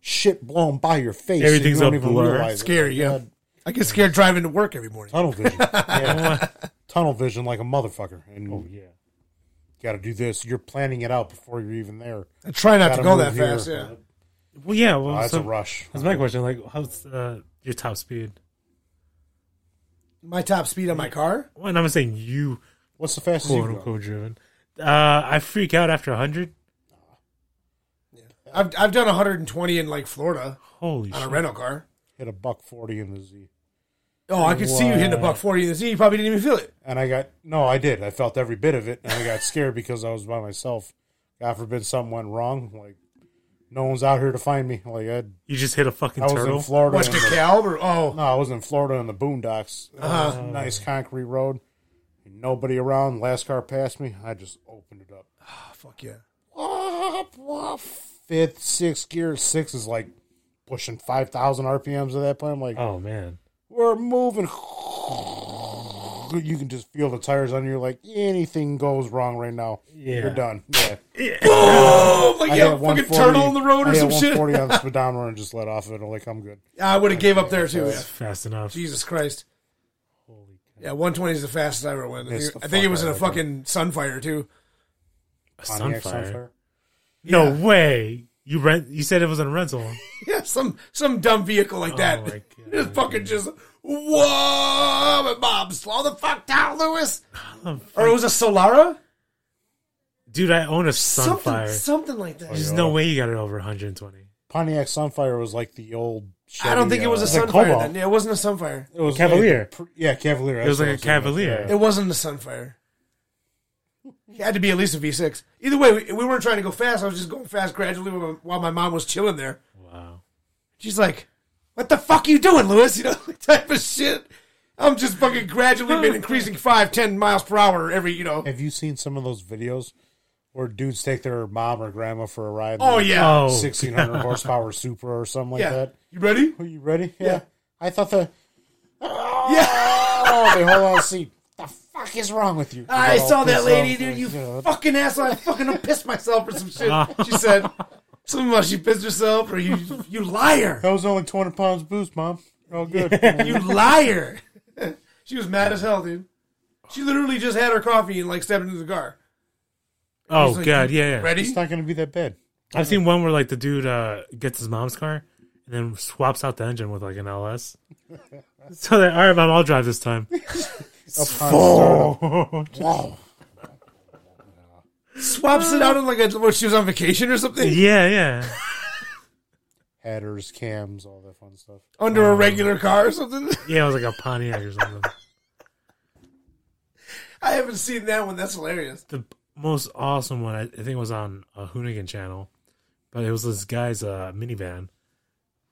Speaker 1: shit blown by your face.
Speaker 3: Everything's
Speaker 1: and
Speaker 3: a blur.
Speaker 1: it.
Speaker 2: Scary, yeah. I get scared driving to work every morning.
Speaker 1: Tunnel vision. Yeah. Tunnel vision like a motherfucker. And
Speaker 3: oh yeah.
Speaker 1: got to do this. You're planning it out before you're even there.
Speaker 2: I try not
Speaker 1: Gotta
Speaker 2: to go
Speaker 1: move
Speaker 2: that
Speaker 1: here.
Speaker 2: fast. Yeah.
Speaker 3: Well, yeah. Well,
Speaker 1: Oh, that's
Speaker 3: so-
Speaker 1: a rush.
Speaker 3: That's my question. Like, how's uh, your top speed?
Speaker 2: My top speed on my car.
Speaker 3: Well, and I'm not saying you
Speaker 1: What's the fastest you
Speaker 3: quote
Speaker 1: can go?
Speaker 3: unquote driven. Uh, I freak out after 100.
Speaker 2: I've I've done 120 in like Florida
Speaker 3: Holy
Speaker 2: on a
Speaker 3: shit!
Speaker 2: rental car.
Speaker 1: Hit a buck 40 in the Z.
Speaker 2: Oh, I could see you hitting a buck 40 in the Z. You probably didn't even feel it.
Speaker 1: And I got, no, I did. I felt every bit of it. And I got scared because I was by myself. God forbid something went wrong. Like, no one's out here to find me. Like, i
Speaker 3: You just hit a fucking
Speaker 1: I was
Speaker 3: turtle.
Speaker 1: in Florida.
Speaker 2: What's
Speaker 1: in
Speaker 2: the
Speaker 1: the-
Speaker 2: cab or oh
Speaker 1: no, I was in Florida in the boondocks. It was a Nice concrete road. Nobody around. Last car passed me. I just opened it up.
Speaker 2: fuck yeah.
Speaker 1: Wop, wop. Fifth, sixth gear. Six is like pushing 5,000 RPMs at that point. I'm like,
Speaker 3: oh man.
Speaker 1: we're moving. You can just feel the tires on you. Like anything goes wrong right now,
Speaker 3: Yeah.
Speaker 1: you're done. Yeah,
Speaker 2: Oh, like yeah,
Speaker 1: hit 140
Speaker 2: fucking turtle on the road
Speaker 1: I
Speaker 2: or
Speaker 1: hit
Speaker 2: some shit.
Speaker 1: 140 on the speedometer and just let off of it. I'm like I'm good.
Speaker 2: I would have gave up there too. Yeah.
Speaker 3: Fast enough.
Speaker 2: Jesus Christ. Yeah, 120 is the fastest I ever went. I
Speaker 1: It's
Speaker 2: think,
Speaker 1: the
Speaker 2: I think it
Speaker 1: fuck
Speaker 2: was in
Speaker 1: out
Speaker 2: a
Speaker 1: of there.
Speaker 2: fucking Sunfire too.
Speaker 3: A
Speaker 1: Pontiac
Speaker 3: Sunfire.
Speaker 1: Sunfire.
Speaker 3: No
Speaker 2: Yeah.
Speaker 3: way. You rent? You said it was on a rental.
Speaker 2: Yeah, some some dumb vehicle like that.
Speaker 3: Oh, my God.
Speaker 2: It's fucking just whoa, but Bob, slow the fuck down, Lewis. Or it was a Solara,
Speaker 3: Dude, I own a
Speaker 2: something,
Speaker 3: Sunfire.
Speaker 2: something like
Speaker 1: Oh,
Speaker 2: that.
Speaker 3: There's no way you got it over 120.
Speaker 1: Pontiac Sunfire was like the old.
Speaker 2: I don't think
Speaker 1: Chevy,
Speaker 2: it was
Speaker 1: uh,
Speaker 2: a
Speaker 1: it's like
Speaker 2: Sunfire.
Speaker 1: Cobalt.
Speaker 2: Then. Yeah, it wasn't a Sunfire.
Speaker 1: It was
Speaker 3: Cavalier.
Speaker 1: like the pr- yeah, Cavalier.
Speaker 3: It was
Speaker 1: That's
Speaker 3: like
Speaker 1: what
Speaker 3: a
Speaker 1: I thinking of.
Speaker 3: Cavalier.
Speaker 1: Yeah.
Speaker 2: It wasn't a Sunfire. It had to be at least a V6. Either way, we, we weren't trying to go fast. I was just going fast gradually while my, while my mom was chilling there.
Speaker 3: Wow.
Speaker 2: She's like, "What the fuck you doing, Lewis?" You know, type of shit. I'm just fucking gradually been increasing five, ten miles per hour every, you know.
Speaker 1: Have you seen some of those videos where dudes take their mom or grandma for a ride? in
Speaker 2: Oh
Speaker 1: their
Speaker 2: yeah,
Speaker 3: Oh,
Speaker 1: 1600 horsepower Supra or something like
Speaker 2: yeah.
Speaker 1: that.
Speaker 2: You ready?
Speaker 1: Are you ready? Yeah.
Speaker 2: Yeah.
Speaker 1: I thought the
Speaker 2: Yeah.
Speaker 1: oh, they hold on to see. The fuck is wrong with you? Got
Speaker 2: I
Speaker 1: all
Speaker 2: saw that
Speaker 1: pissed
Speaker 2: lady,
Speaker 1: off,
Speaker 2: dude.
Speaker 1: like,
Speaker 2: You
Speaker 1: know,
Speaker 2: fucking asshole! I fucking pissed myself or some shit. She said something about she pissed herself or you, you liar.
Speaker 1: That was only 20 pounds boost, mom. You're All good.
Speaker 2: You liar. she was mad as hell, dude. She literally just had her coffee and like stepped into the car.
Speaker 3: Oh
Speaker 2: like,
Speaker 3: god, yeah, yeah.
Speaker 2: Ready?
Speaker 1: it's not going to be that bad.
Speaker 3: I've seen one where like the dude uh, gets his mom's car and then swaps out the engine with like an LS. so they're all right, mom, I'll drive this time. Oh,
Speaker 1: Wow.
Speaker 2: Swaps it out in like a, what she was on vacation or something
Speaker 3: yeah, yeah.
Speaker 1: Headers, cams, all that fun stuff.
Speaker 2: under a regular car or something.
Speaker 3: Yeah, it was like a Pontiac or something.
Speaker 2: I haven't seen that one. That's hilarious.
Speaker 3: The most awesome one, I I think, it was on a Hoonigan channel, but it was this guy's uh, minivan,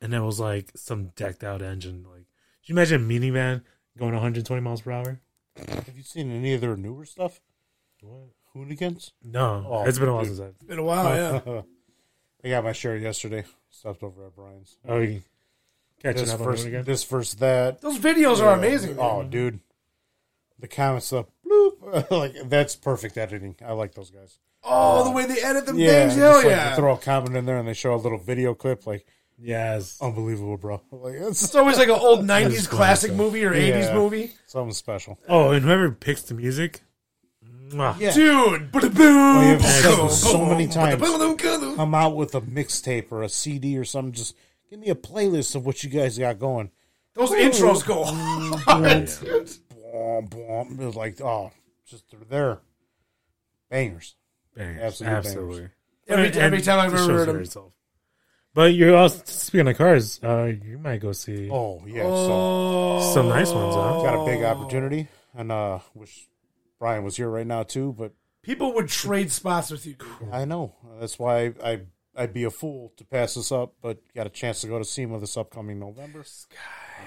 Speaker 3: and it was like some decked out engine. Like, can you imagine a minivan going 120 miles per hour?
Speaker 1: Have you seen any of their newer stuff? Hoonigans?
Speaker 3: No,
Speaker 1: Oh,
Speaker 3: it's been a while since that.
Speaker 2: Been a while, yeah.
Speaker 1: I got my shirt yesterday. Stopped over at Brian's.
Speaker 3: Oh, you catching
Speaker 1: This
Speaker 3: up on
Speaker 1: first,
Speaker 3: Hoonigan?
Speaker 1: this first, that.
Speaker 2: Those videos are amazing. man.
Speaker 1: Oh, dude. The comments up. Bloop. like, that's perfect editing. I like those guys.
Speaker 2: Oh, the way they edit them
Speaker 1: Yeah,
Speaker 2: things.
Speaker 1: just,
Speaker 2: Hell
Speaker 1: like,
Speaker 2: yeah.
Speaker 1: they throw a comment in there and they show a little video clip, like
Speaker 3: Yes.
Speaker 1: unbelievable, bro. Like it's
Speaker 2: it's always like an old 90s
Speaker 3: funny
Speaker 2: classic
Speaker 3: stuff.
Speaker 2: movie or 80s
Speaker 1: Yeah.
Speaker 2: movie.
Speaker 1: something special.
Speaker 3: Oh, and whoever picks the music, mwah.
Speaker 1: Yeah. Oh,
Speaker 2: Dude.
Speaker 1: have
Speaker 2: Boom.
Speaker 1: said this so many times.
Speaker 2: times.
Speaker 1: Come out with a mixtape or a CD or something. Just give me a playlist of what you guys got going.
Speaker 2: Those intros go
Speaker 1: Mm,
Speaker 2: hard, dude.
Speaker 1: oh, Boom, boom. It was like oh, just they're there, bangers.
Speaker 3: bangers.
Speaker 1: Absolute
Speaker 3: Absolutely.
Speaker 1: bangers.
Speaker 2: Every,
Speaker 3: And-
Speaker 2: every time I've
Speaker 3: and
Speaker 2: ever
Speaker 3: it shows
Speaker 2: heard
Speaker 3: for
Speaker 2: him.
Speaker 3: itself. But you're also speaking of cars. Uh, you might go see
Speaker 1: Oh yeah,
Speaker 2: Oh,
Speaker 3: some nice ones, huh?
Speaker 1: so got a big opportunity, and uh, wish Brian was here right now too. But
Speaker 2: people would trade spots with you.
Speaker 1: I know that's why I, I I'd be a fool to pass this up. But got a chance to go to SEMA this upcoming November. Sky,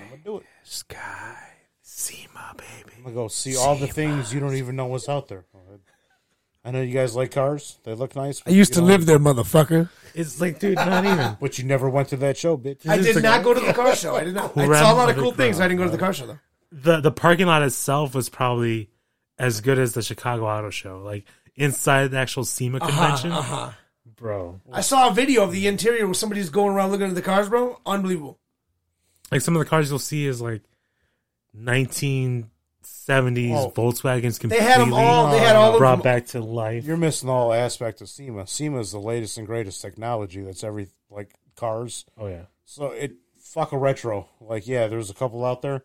Speaker 1: I'm gonna do it.
Speaker 2: Sky, SEMA, baby.
Speaker 1: I'm gonna go see all the things you don't even know what's out there. I know you guys like cars; they look nice.
Speaker 4: I used to live there, motherfucker.
Speaker 3: It's like, dude, not even.
Speaker 1: but you never went to that show, bitch.
Speaker 2: I
Speaker 3: It's
Speaker 2: did
Speaker 3: a-
Speaker 2: not go to the car show. I did not. I saw a lot of cool things. I didn't go to the car show though.
Speaker 3: the the parking lot itself was probably as good as the Chicago Auto Show. Like inside the actual SEMA convention, bro.
Speaker 2: I saw a video of the interior where somebody's going around looking at the cars, bro. Unbelievable.
Speaker 3: Like some of the cars you'll see is like nineteen seventies
Speaker 1: Oh.
Speaker 3: Volkswagens completely
Speaker 2: They had them all. They had
Speaker 1: Uh,
Speaker 2: all of
Speaker 3: brought
Speaker 2: them.
Speaker 3: back to life.
Speaker 1: You're missing all aspect of SEMA. SEMA is the latest and greatest technology. That's every like cars.
Speaker 3: Oh yeah,
Speaker 1: So it fuck a retro. Like yeah, there's a couple out there,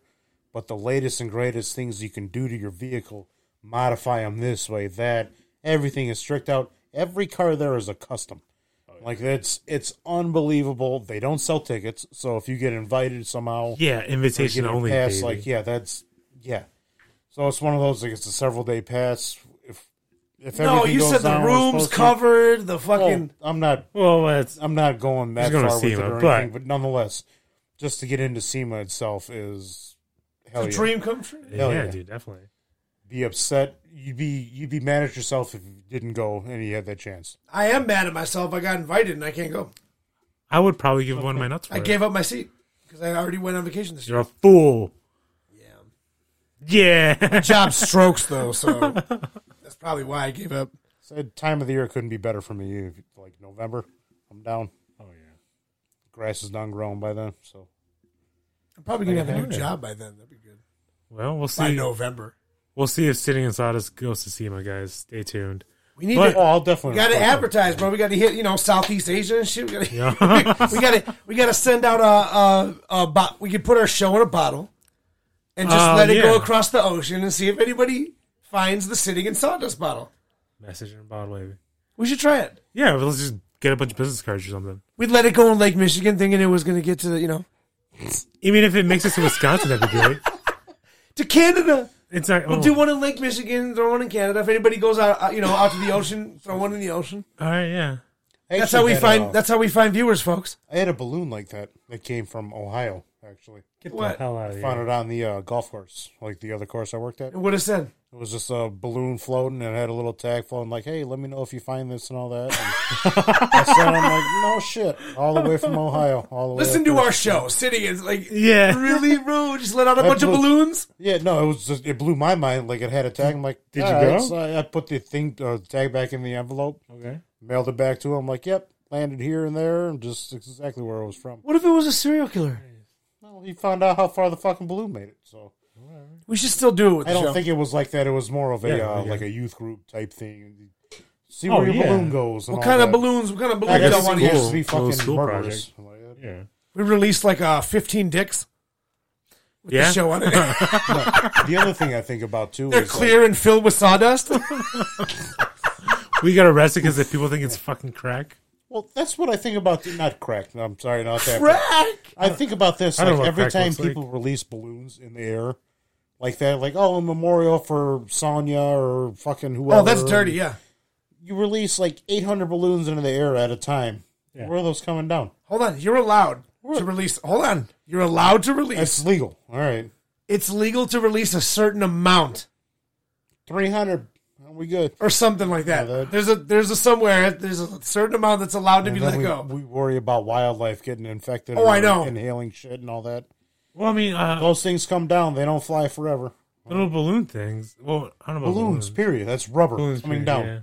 Speaker 1: but the latest and greatest things you can do to your vehicle, modify them this way, that everything is strict out. Every car there is a custom.
Speaker 2: Oh,
Speaker 1: Like that's it's unbelievable. They don't sell tickets, so if you get invited somehow,
Speaker 3: yeah.
Speaker 1: or get
Speaker 3: Invitation
Speaker 1: a
Speaker 3: only.
Speaker 1: pass,
Speaker 3: baby.
Speaker 1: like yeah, that's yeah. So it's one of those like it's a several day pass. If if
Speaker 2: No,
Speaker 1: everything
Speaker 2: you
Speaker 1: goes
Speaker 2: said the
Speaker 1: down, we're
Speaker 2: rooms
Speaker 1: supposed to-
Speaker 2: covered. The
Speaker 1: Oh,
Speaker 2: fucking
Speaker 1: I'm not
Speaker 3: well, that's
Speaker 1: I'm not going that
Speaker 3: He's gonna
Speaker 1: far with
Speaker 3: SEMA,
Speaker 1: it or
Speaker 3: but-
Speaker 1: anything, but nonetheless, just to get into SEMA itself is hell
Speaker 2: the
Speaker 1: yeah.
Speaker 2: dream come true.
Speaker 1: Hell
Speaker 3: yeah,
Speaker 1: yeah.
Speaker 3: dude, definitely.
Speaker 1: Be upset. You'd be you'd be mad at yourself if you didn't go and you had that chance.
Speaker 2: I am mad at myself. I got invited and I can't go.
Speaker 3: I would probably give one of my nuts. For
Speaker 2: I
Speaker 3: it.
Speaker 2: gave up my seat because I already went on vacation this year.
Speaker 3: You're a fool.
Speaker 2: Yeah.
Speaker 3: Yeah.
Speaker 2: Job strokes though, so that's probably why I gave up.
Speaker 1: Said time of the year couldn't be better for me. You- Like November, I'm down.
Speaker 3: oh yeah.
Speaker 1: Grass is done growing by then, so
Speaker 2: I'm probably gonna have a new job by then. That'd be good.
Speaker 3: Well, we'll
Speaker 2: By
Speaker 3: see.
Speaker 2: November.
Speaker 3: We'll see if sitting inside us goes to SEMA, guys. Stay tuned.
Speaker 2: We need
Speaker 3: But-
Speaker 2: to
Speaker 1: oh, I'll definitely
Speaker 2: We got to
Speaker 1: report that.
Speaker 2: advertise, bro. We got to hit, you know, Southeast Asia and shit. We got to,
Speaker 3: Yeah.
Speaker 2: we got to, we got to send out a, a, a bo- We could put our show in a bottle, and just
Speaker 3: Uh,
Speaker 2: let it go
Speaker 3: yeah.
Speaker 2: across the ocean and see if anybody finds the sitting in sawdust bottle.
Speaker 3: Message in a bottle, baby.
Speaker 2: We should try it.
Speaker 3: Yeah, well, let's just get a bunch of business cards or something.
Speaker 2: We'd let it go in Lake Michigan, thinking it was going to get to the, you know,
Speaker 3: Even if it makes it to Wisconsin, that'd be great.
Speaker 2: to Canada.
Speaker 3: It's not.
Speaker 2: We'll
Speaker 3: oh.
Speaker 2: do one in Lake Michigan, throw one in Canada. If anybody goes out, uh, you know, out to the ocean, throw one in the ocean.
Speaker 3: All right, yeah.
Speaker 1: I
Speaker 2: That's
Speaker 1: actually
Speaker 2: how we
Speaker 1: had
Speaker 2: find.
Speaker 1: a-
Speaker 2: That's how we find viewers, folks.
Speaker 1: uh, I had a balloon like that that came from Ohio. Actually,
Speaker 3: Get
Speaker 2: What?
Speaker 3: the hell out of
Speaker 1: found
Speaker 3: here.
Speaker 1: it on the uh, golf course, like the other course I worked at.
Speaker 2: And what it said.
Speaker 1: It was just a balloon floating and it had a little tag floating, like, hey, let me know if you find this and all that. And I said, I'm like, no shit. All the way from Ohio. All the way.
Speaker 2: Listen
Speaker 1: up
Speaker 2: to
Speaker 1: here.
Speaker 2: our show. Sitting is like,
Speaker 3: Yeah.
Speaker 2: really, bro. Just let out a bunch of
Speaker 1: blew-
Speaker 2: balloons.
Speaker 1: Yeah, no, it was just, it blew my mind. Like, it had a tag. I'm like, did
Speaker 3: you go?
Speaker 1: I, I put the thing, uh, tag back in the envelope,
Speaker 3: Okay.
Speaker 1: mailed it back to him. like, yep, landed here and there, and just exactly where it was from.
Speaker 2: What if it was a serial killer?
Speaker 1: Well, he found out how far the fucking balloon made it. So
Speaker 2: We should still do it with
Speaker 1: I
Speaker 2: the
Speaker 1: don't
Speaker 2: show.
Speaker 1: think it was like that. It was more of a,
Speaker 3: Yeah,
Speaker 1: uh,
Speaker 3: yeah.
Speaker 1: like a youth group type thing. See
Speaker 3: Oh,
Speaker 1: where your
Speaker 3: yeah.
Speaker 1: balloon goes. And
Speaker 2: what
Speaker 1: all
Speaker 2: kind of
Speaker 1: that.
Speaker 2: balloons? What kind of
Speaker 1: I
Speaker 2: balloons
Speaker 1: guess
Speaker 2: y'all
Speaker 1: it's
Speaker 2: want
Speaker 1: cool.
Speaker 2: to
Speaker 3: cool.
Speaker 2: use?
Speaker 1: to be
Speaker 3: Cool
Speaker 1: fucking
Speaker 3: school
Speaker 1: murderers. Like,
Speaker 3: Yeah.
Speaker 2: We released like uh, 15 dicks with
Speaker 3: Yeah?
Speaker 2: the show on it.
Speaker 1: The other thing I think about too
Speaker 2: They're
Speaker 1: is like,
Speaker 2: clear and filled with sawdust.
Speaker 3: We got arrested because if people think it's fucking crack.
Speaker 1: well, that's what I think about. The, not crack. No, I'm sorry, not that. but
Speaker 2: Crack!
Speaker 1: I think about this
Speaker 3: I don't know
Speaker 1: like
Speaker 3: what
Speaker 1: every
Speaker 3: crack
Speaker 1: time
Speaker 3: looks like.
Speaker 1: people release balloons in the air, like that, like oh, a memorial for Sonya or fucking whoever.
Speaker 2: Oh, that's dirty, yeah.
Speaker 1: You release like 800 balloons into the air at a time. Where are those coming down?
Speaker 2: Hold on. You're allowed to release. Hold on. You're allowed to release.
Speaker 1: That's legal. All right,
Speaker 2: It's legal to release a certain amount
Speaker 1: 300. Are we good?
Speaker 2: or something like that.
Speaker 1: Yeah, that-
Speaker 2: there's a there's a somewhere there's a certain amount that's allowed to be
Speaker 1: And
Speaker 2: let
Speaker 1: then we,
Speaker 2: go.
Speaker 1: we worry about wildlife getting infected.
Speaker 2: Oh,
Speaker 1: or
Speaker 2: I know.
Speaker 1: Inhaling shit and all that.
Speaker 3: Well, I mean, uh,
Speaker 1: Those things come down. They don't fly forever.
Speaker 3: little balloon things. Well, I don't know. about
Speaker 1: Balloons, period. That's rubber
Speaker 3: Balloons
Speaker 1: coming
Speaker 3: period,
Speaker 1: down.
Speaker 3: yeah.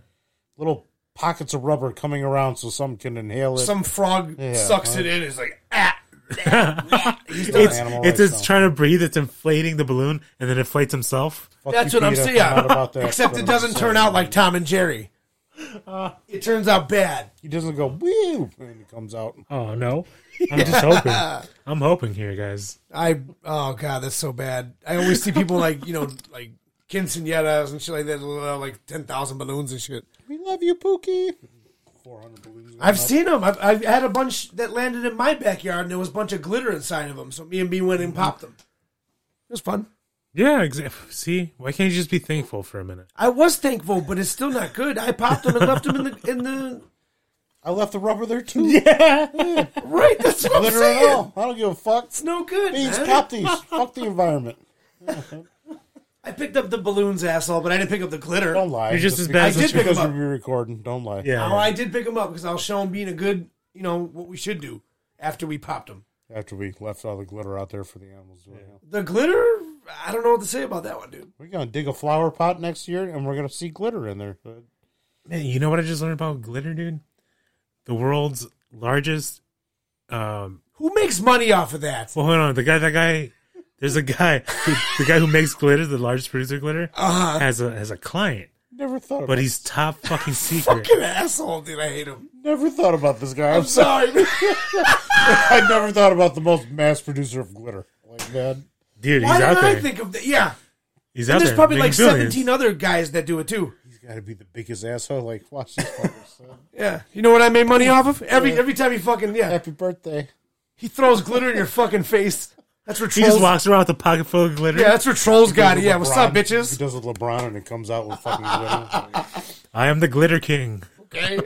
Speaker 1: little pockets of rubber coming around so some can inhale it.
Speaker 2: Some frog
Speaker 1: Yeah,
Speaker 2: sucks it in. It's like ah. He's done.
Speaker 3: It's,
Speaker 1: Animal rights
Speaker 3: it's, it's
Speaker 1: now.
Speaker 3: trying to breathe. It's inflating the balloon, and then it inflates himself.
Speaker 1: Fuck
Speaker 2: That's
Speaker 1: you,
Speaker 2: what I'm
Speaker 1: PETA.
Speaker 2: saying.
Speaker 1: Not about that.
Speaker 2: Except
Speaker 1: But
Speaker 2: it
Speaker 1: I'm
Speaker 2: doesn't
Speaker 1: saying,
Speaker 2: turn out like Tom and Jerry. it turns out bad.
Speaker 1: He doesn't go woo and it comes out.
Speaker 3: Oh no! I'm just hoping. I'm hoping here, guys.
Speaker 2: I oh god, that's so bad. I always see people like you know like quinceañeras and shit like that, uh, like ten thousand balloons and shit.
Speaker 1: We love you, Pookie. 400 balloons.
Speaker 2: I've seen them. I've, I've had a bunch that landed in my backyard, and there was a bunch of glitter inside of them. So me and B went
Speaker 1: Mm-hmm.
Speaker 2: and popped them. It was fun.
Speaker 3: Yeah, exactly. See, why can't you just be thankful for a minute?
Speaker 2: I was thankful, but it's still not good. I popped them and left them in the in the
Speaker 1: I left the rubber there too. Yeah.
Speaker 2: right. That's what I'm
Speaker 1: Glitter and
Speaker 2: saying.
Speaker 1: all. I don't give a fuck.
Speaker 2: It's no good.
Speaker 1: Beans,
Speaker 2: man.
Speaker 1: pop these. fuck the environment.
Speaker 2: I picked up the balloons, asshole, but I didn't pick up the glitter.
Speaker 1: Don't lie.
Speaker 3: You're just as
Speaker 1: because-
Speaker 3: bad as
Speaker 2: I did
Speaker 3: the
Speaker 2: pick
Speaker 3: chick-
Speaker 2: them
Speaker 1: Because
Speaker 2: up.
Speaker 1: we're recording. Don't lie.
Speaker 3: Yeah.
Speaker 2: Oh, I did pick them up because I was showing being a good, you know, what we should do after we popped them.
Speaker 1: After we left all the glitter out there for the animals. to have.
Speaker 2: The glitter, I don't know what to say about that one, dude.
Speaker 1: We're going to dig a flower pot next year and we're going to see glitter in there. But
Speaker 3: Man, you know what I just learned about glitter, dude? The world's largest. Um,
Speaker 2: Who makes money off of that?
Speaker 3: well, hold on. The guy, that guy, there's a guy, who, the guy who makes glitter, the largest producer of glitter,
Speaker 2: Uh huh.
Speaker 3: has a has a client,
Speaker 1: never thought
Speaker 3: but
Speaker 1: about
Speaker 3: he's top fucking secret.
Speaker 2: Fucking asshole, dude. I hate him.
Speaker 1: Never thought about this guy. I'm
Speaker 2: I'm
Speaker 1: sorry.
Speaker 2: sorry. man.
Speaker 1: I never thought about the most mass producer of glitter. Like that.
Speaker 3: Dude, he's
Speaker 2: Why
Speaker 3: out
Speaker 2: did
Speaker 3: there.
Speaker 2: I think of that? Yeah.
Speaker 3: he's
Speaker 2: And
Speaker 3: out
Speaker 2: there's
Speaker 3: there.
Speaker 2: probably
Speaker 3: making
Speaker 2: like
Speaker 3: billions.
Speaker 2: 17 other guys that do it too.
Speaker 1: He's got to be the biggest asshole. Like, watch this. fucker, son.
Speaker 2: Yeah. You know what I made money off of? Every every time he fucking, yeah.
Speaker 1: Happy birthday.
Speaker 2: He throws glitter in your fucking face. That's where
Speaker 3: He just
Speaker 2: trolls.
Speaker 3: walks around with a pocket full of glitter.
Speaker 2: Yeah, that's where trolls got it.
Speaker 1: Does
Speaker 2: Yeah, what's up,
Speaker 1: LeBron- He
Speaker 2: bitches?
Speaker 1: does with LeBron and it comes out with fucking glitter.
Speaker 3: I am the glitter king.
Speaker 2: Okay.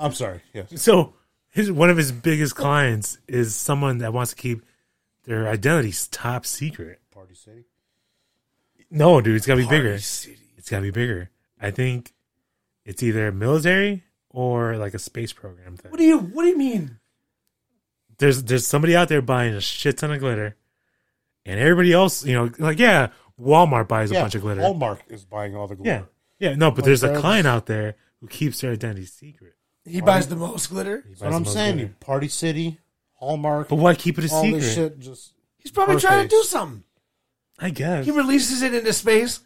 Speaker 1: I'm sorry. Yes.
Speaker 3: So his one of his biggest clients is someone that wants to keep their identities top secret.
Speaker 1: Party City.
Speaker 3: No, dude, it's gotta be bigger.
Speaker 2: City.
Speaker 3: It's gotta be bigger. I think it's either military or like a space program thing.
Speaker 2: What do you What do you mean?
Speaker 3: there's there's somebody out there buying a shit ton of glitter, and everybody else, you know, like yeah, Walmart buys a bunch of glitter.
Speaker 1: Hallmark is buying all the
Speaker 3: yeah,
Speaker 1: glitter.
Speaker 3: yeah, no, but there's a
Speaker 1: that's-
Speaker 3: client out there who keeps their identity secret.
Speaker 2: He buys the most glitter.
Speaker 3: He
Speaker 1: That's what
Speaker 3: buys
Speaker 1: I'm
Speaker 3: most
Speaker 1: saying. You
Speaker 3: glitter.
Speaker 1: Party City, Hallmark,
Speaker 3: But why keep it a
Speaker 1: all
Speaker 3: secret?
Speaker 1: this shit. Just
Speaker 2: He's probably
Speaker 1: Her
Speaker 2: trying to do
Speaker 1: face.
Speaker 2: something.
Speaker 3: I guess.
Speaker 2: He releases it into space.